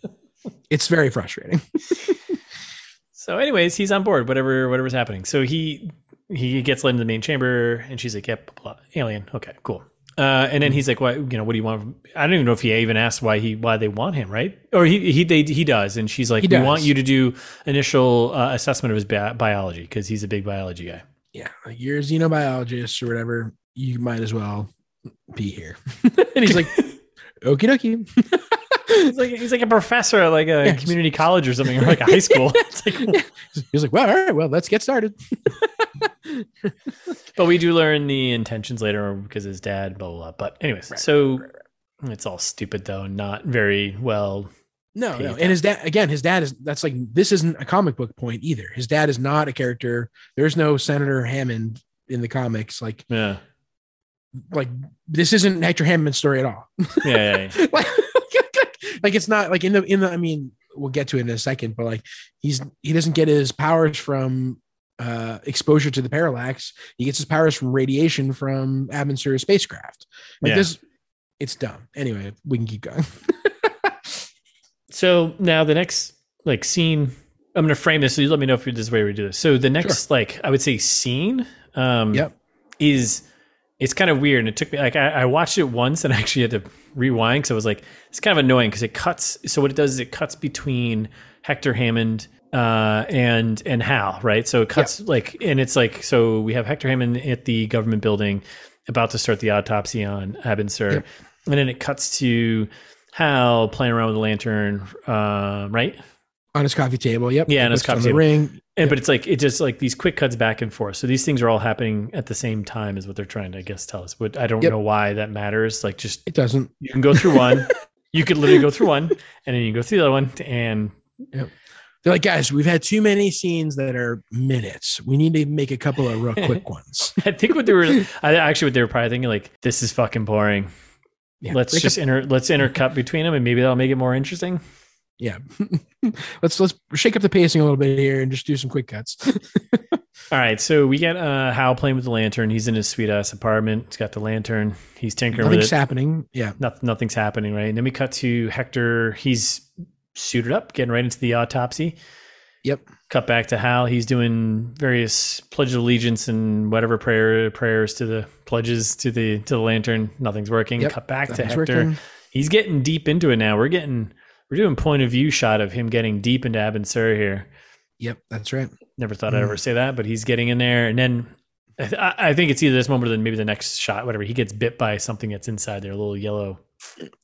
S1: it's very frustrating.
S2: So, anyways, he's on board. Whatever, whatever's happening. So he he gets led into the main chamber, and she's like, "Yep, blah, blah, alien. Okay, cool." Uh, and then he's like, "Why? You know, what do you want?" I don't even know if he even asked why he why they want him, right? Or he he they, he does, and she's like,
S1: He
S2: "We
S1: does.
S2: want you to do initial uh, assessment of his bi- biology because he's a big biology guy."
S1: Yeah. Like you're a xenobiologist or whatever. You might as well be here. and he's like, okie dokie.
S2: He's like he's like a professor at like a
S1: Yeah.
S2: community college or something, or like a high school. it's like,
S1: He's like, well, all right, well, let's get started.
S2: but we do learn the intentions later because his dad, blah blah. blah. But anyways,
S1: Right,
S2: so it's all stupid though, not very well.
S1: No,
S2: Pay
S1: no.
S2: attention.
S1: And his dad again, his dad is that's like this isn't a comic book point either. His dad is not a character. There's no Senator Hammond in the comics. Like
S2: Yeah,
S1: like this isn't Hector Hammond's story at all.
S2: yeah, yeah, yeah.
S1: like, like it's not like in the in the I mean, we'll get to it in a second, but like he's he doesn't get his powers from uh exposure to the parallax. He gets his powers from radiation from Abinsur's spacecraft. Like
S2: Yeah.
S1: this it's dumb. Anyway, we can keep going.
S2: So now the next like scene, I'm gonna frame this. So you let me know if this is the way we do this. So the next like I would say scene, um,
S1: Yep.
S2: is it's kind of weird, and it took me like I, I watched it once and I actually had to rewind because I was like it's kind of annoying because it cuts. So what it does is it cuts between Hector Hammond uh and and Hal, right? So it cuts like and it's like so we have Hector Hammond at the government building about to start the autopsy on Abinser.
S1: Yep.
S2: And then it cuts to Hal playing around with the lantern, uh, right?
S1: on his coffee table. Yep.
S2: Yeah, on his
S1: Puts it
S2: coffee
S1: the
S2: table.
S1: ring.
S2: And but it's like it just like these quick cuts back and forth. So these things are all happening at the same time is what they're trying to I guess tell us. But I don't
S1: Yep.
S2: know why that matters. Like just
S1: It doesn't.
S2: you can go through one, you could literally go through one, and then you go through the other one, and
S1: They're like, guys, we've had too many scenes that are minutes. We need to make a couple of real quick ones.
S2: I think what they were I, actually what they were probably thinking like this is fucking boring.
S1: Yeah.
S2: let's
S1: Make a-
S2: just inter let's intercut between them, and maybe that'll make it more interesting.
S1: yeah. let's let's shake up the pacing a little bit here and just do some quick cuts.
S2: All right, so we get uh, Hal playing with the lantern. He's in his sweet ass apartment. He's got the lantern. He's tinkering with it.
S1: Nothing's happening. Yeah.
S2: Noth- nothing's happening, right? And then we cut to Hector. He's suited up, getting right into the autopsy.
S1: Yep.
S2: Cut back to Hal. He's doing various pledge of allegiance and whatever prayer prayers to the pledges to the to the lantern. Nothing's working.
S1: Yep,
S2: Cut back to
S1: Nothing's
S2: Hector.
S1: working.
S2: He's getting deep into it now. We're getting we're doing point of view shot of him getting deep into Abin Sur here.
S1: Yep. That's right.
S2: Never thought I'd
S1: Mm.
S2: ever say that, but he's getting in there, and then I, th- I I think it's either this moment or then maybe the next shot, whatever. He gets bit by something that's inside there, a little yellow,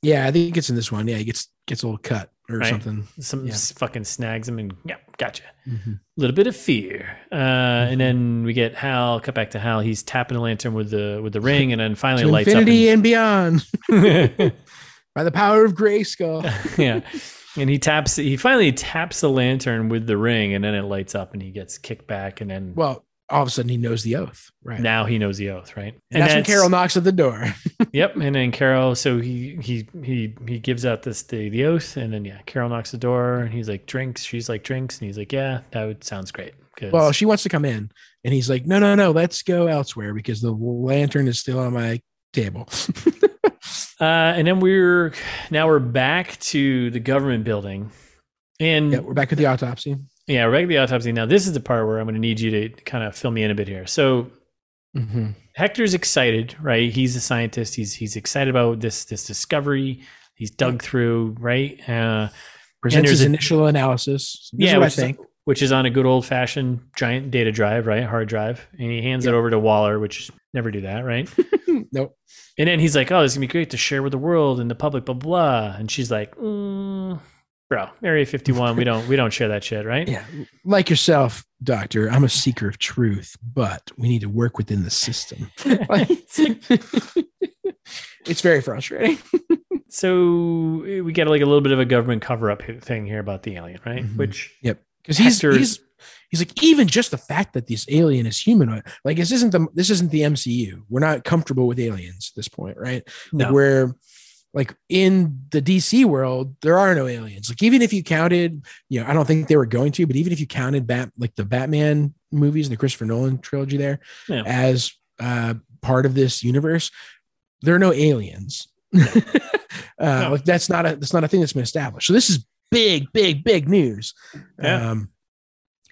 S1: Yeah, I think it's in this one. Yeah, he gets gets a little cut or
S2: Right.
S1: something. Mm-hmm.
S2: some
S1: Yeah.
S2: s- fucking snags him, and yeah, gotcha. A little bit of fear, uh, and then we get Hal. Cut back to Hal. He's tapping the lantern with the with the ring, and then finally it
S1: To
S2: lights
S1: infinity and beyond
S2: up. and-
S1: by the power of Grayskull.
S2: yeah, and he taps. He finally taps the lantern with the ring, and then it lights up, and he gets kicked back, and then
S1: Well, all of a sudden he knows the oath. Right.
S2: now he knows the oath, right?
S1: and that's, when Carol knocks at the door.
S2: Yep, and then Carol. So he he he he gives out this the, the oath, and then yeah, Carol knocks the door, and he's like drinks. She's like drinks, and he's like, yeah, that would, sounds great. 'cause-
S1: Well, she wants to come in, and he's like, "No, no, no, let's go elsewhere because the lantern is still on my table."
S2: uh, and then we're now we're back to the government building, and
S1: yeah, we're back at the autopsy.
S2: yeah, we're back at the autopsy. Now this is the part where I'm going to need you to kind of fill me in a bit here. So
S1: Mm-hmm.
S2: Hector's excited, right? He's a scientist. He's he's excited about this this discovery. He's dug through, right? Uh,
S1: Presents
S2: there's
S1: his
S2: a-
S1: initial analysis. This
S2: Yeah,
S1: yeah, what I
S2: which is-
S1: think.
S2: which is on a good old fashioned giant data drive, right? Hard drive. And he hands it
S1: Yep.
S2: over to Waller, which never do that, right?
S1: nope.
S2: and then he's like, oh, this is going to be great to share with the world and the public, blah, blah. And she's like, mm, bro, Area 51, we don't, we don't share that shit, right?
S1: Yeah, like yourself, Doctor. I'm a seeker of truth, but we need to work within the system. Like- it's very frustrating.
S2: So eh, we get like a little bit of a government cover up thing here about the alien, right?
S1: Mhm.
S2: Which,
S1: because he's
S2: Hector is-
S1: he's he's like even just the fact that this alien is humanoid like this isn't the this isn't the MCU we're not comfortable with aliens at this point right
S2: No.
S1: like we're like in the DC world, there are no aliens. Like even if you counted, you know, I don't think they were going to, but even if you counted Bat, like the Batman movies and the Christopher Nolan trilogy there
S2: Yeah.
S1: as uh, part of this universe, there are no aliens. uh,
S2: No.
S1: like that's not a that's not a thing that's been established. So this is big, big, big news.
S2: Yeah.
S1: Um,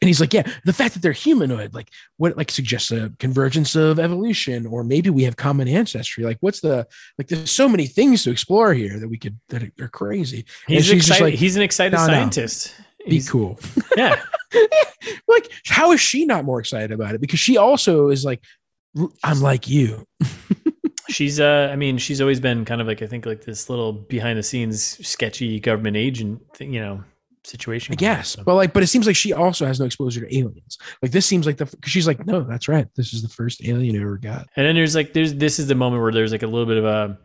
S1: and he's like, yeah, the fact that they're humanoid, like what, like suggests a convergence of evolution, or maybe we have common ancestry. Like, what's the like? There's so many things to explore here that we could that are- are crazy.
S2: He's
S1: she's just
S2: excited.
S1: like,
S2: he's an excited
S1: "No, no.
S2: scientist.
S1: Be
S2: He's-
S1: cool.
S2: Yeah.
S1: Like, how is she not more excited about it? Because she also is like, I'm like you.
S2: She's uh I mean, she's always been kind of like I think like this little behind the scenes sketchy government agent, th- you know, situation.
S1: I guess,
S2: So-
S1: but like, but it seems like she also has no exposure to aliens. Like this seems like the because she's like, no, that's right. This is the first alien I ever got.
S2: And then there's like there's this is the moment where there's like a little bit of a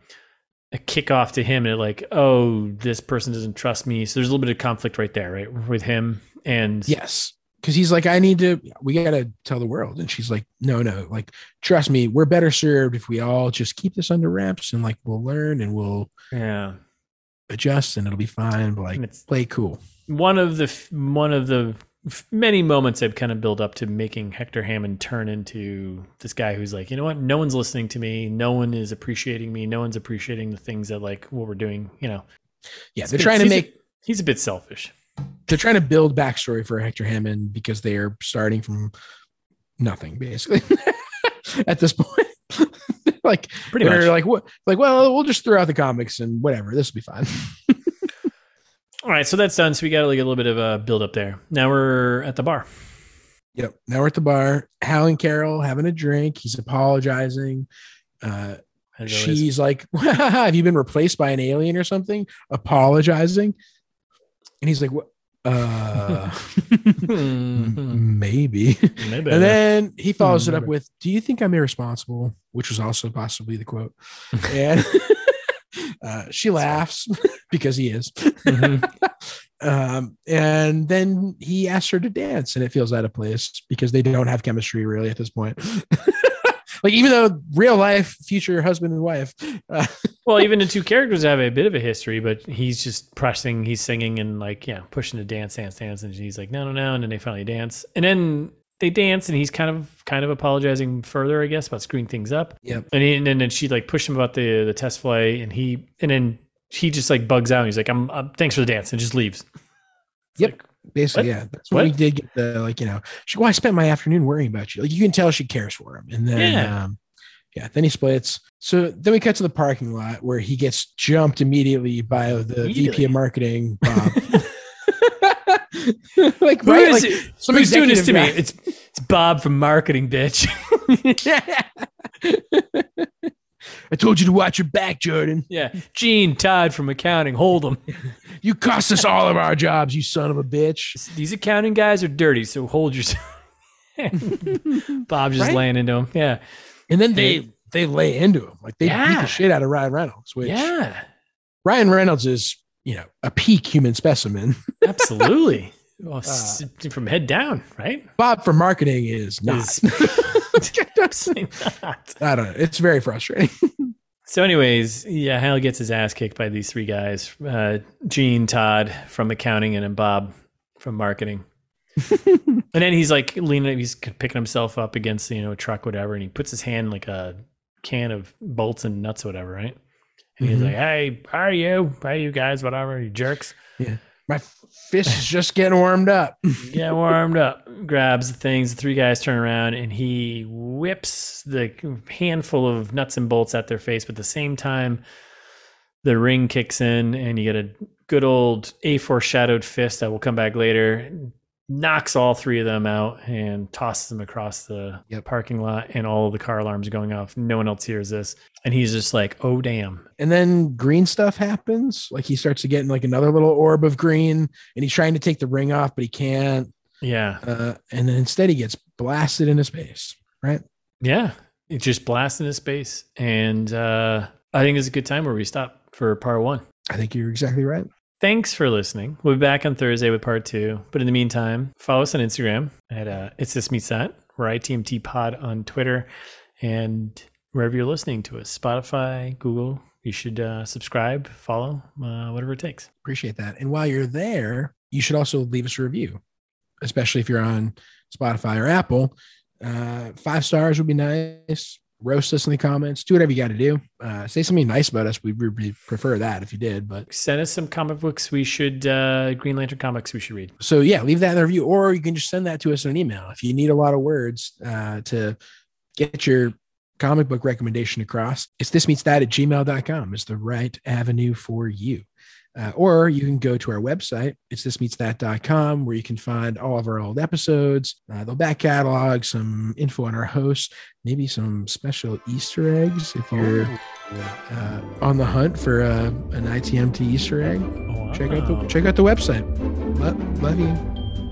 S2: a kickoff to him and like, oh, this person doesn't trust me. So there's a little bit of conflict right there, right? With him and
S1: Yes. Cause he's like, I need to, we got to tell the world. And she's like, no, no, like, trust me, we're better served if we all just keep this under wraps and like we'll learn and we'll
S2: yeah.
S1: adjust and it'll be fine. But like,
S2: And it's
S1: play cool.
S2: one of the f- one of the f- many moments I've kind of built up to making Hector Hammond turn into this guy who's like, you know what? No one's listening to me. No one is appreciating me. No one's appreciating the things that like what we're doing. You know,
S1: Yeah.
S2: It's
S1: They're
S2: been-
S1: trying to
S2: he's a-
S1: make,
S2: he's a bit selfish.
S1: they're trying to build backstory for Hector Hammond because they are starting from nothing basically at this point. like,
S2: Pretty much.
S1: they're like, what? Like, well, we'll just throw out the comics and whatever. This will be fine.
S2: All right, so that's done. So we got like a little bit of a build up there. Now we're at the bar.
S1: Yep. Now we're at the bar. Hal and Carol having a drink. He's apologizing. Uh,
S2: as always.
S1: she's like, "Have you been replaced by an alien or something?" Apologizing, and he's like, "What? Uh,
S2: Hmm,
S1: maybe."
S2: maybe.
S1: And then he follows it up
S2: maybe.
S1: with, "Do you think I'm irresponsible?" Which was also possibly the quote. And uh, she laughs because he is.
S2: Mhm.
S1: Um, and then he asks her to dance, and it feels out of place because they don't have chemistry really at this point. like, even though real life, future husband and wife, uh,
S2: well, even the two characters have a bit of a history, but he's just pressing, he's singing and like, yeah, pushing to dance, dance, dance, and he's like, no, no, no, and then they finally dance, and then they dance, and he's kind of, kind of apologizing further, I guess, about screwing things up.
S1: Yep.
S2: And, he, and then and she like pushed him about the the test flight, and he, and then he just like bugs out. And he's like, I'm, i thanks for the dance, and just leaves. It's
S1: Yep.
S2: like,
S1: basically,
S2: What?
S1: yeah, that's when he
S2: What?
S1: did get the like, you know, she, well, I spent my afternoon worrying about you. Like, you can tell she cares for him, and then,
S2: Yeah.
S1: um, yeah, then he splits. So then we cut to the parking lot where he gets jumped immediately by the VP
S2: Immediately.
S1: of marketing, Bob. like,
S2: Who
S1: right?
S2: is
S1: Like,
S2: it?
S1: some
S2: Who's doing this to
S1: executive
S2: me?
S1: guy.
S2: It's it's Bob from marketing, bitch.
S1: I told you to watch your back, Jordan.
S2: yeah, Gene Todd from accounting. Hold him.
S1: You cost us all of our jobs, you son of a bitch.
S2: These accounting guys are dirty, so hold yourself. Bob's just
S1: Right?
S2: laying into him. Yeah,
S1: And then they they lay into him. Like they beat
S2: Yeah.
S1: the shit out of Ryan Reynolds, which
S2: yeah,
S1: Ryan Reynolds is, you know, a peak human specimen.
S2: absolutely. Well,
S1: Uh.
S2: s- from head down, right?
S1: Bob for marketing is not.
S2: Is-
S1: I
S2: Absolutely not.
S1: don't know. It's very frustrating.
S2: So, anyways, yeah, Hal gets his ass kicked by these three guys: uh, Gene, Todd from accounting, and then Bob from marketing. and then he's like leaning, he's picking himself up against you know a truck, whatever, and he puts his hand in, like a can of bolts and nuts, or whatever, right? And he's
S1: Mhm.
S2: like, "Hey, how are you? How are you guys? Whatever, you jerks."
S1: My f- fist is just getting warmed up.
S2: Get warmed up. Grabs the things. The three guys turn around and he whips the handful of nuts and bolts at their face. But at the same time, the ring kicks in and you get a good old A foreshadowed fist that will come back later. Knocks all three of them out and tosses them across the
S1: Yep.
S2: parking lot. And all the car alarms are going off. No one else hears this. And he's just like, oh, damn.
S1: and then green stuff happens. Like he starts to get in like another little orb of green, and he's trying to take the ring off, but he can't.
S2: Yeah.
S1: Uh, and then instead, he gets blasted into space.
S2: Yeah, it just blasts into space, and uh, I think it's a good time where we stop for part one.
S1: I think you're exactly right.
S2: Thanks for listening. We'll be back on Thursday with part two. But in the meantime, follow us on Instagram at uh, it's this meets that. We're ITMT Pod on Twitter, and wherever you're listening to us, Spotify, Google, you should uh, subscribe, follow, uh, whatever it takes.
S1: Appreciate that. And while you're there, you should also leave us a review, especially if you're on Spotify or Apple. Uh, five stars would be nice. Roast us in the comments. Do whatever you got to do. Uh, say something nice about us. We'd really prefer that if you did. But
S2: Send us some comic books we should, uh, Green Lantern comics we should read.
S1: so yeah, leave that in the review, or you can just send that to us in an email if you need a lot of words uh, to get your comic book recommendation across. It's this meets that at gmail.com is the right avenue for you. Uh, or you can go to our website, it's thismeetsthat.com, where you can find all of our old episodes, uh, the back catalog, some info on our hosts, maybe some special Easter eggs if you're uh, on the hunt for uh, an ITMT Easter egg check out the
S2: Wow.
S1: check out the website. Love, love you.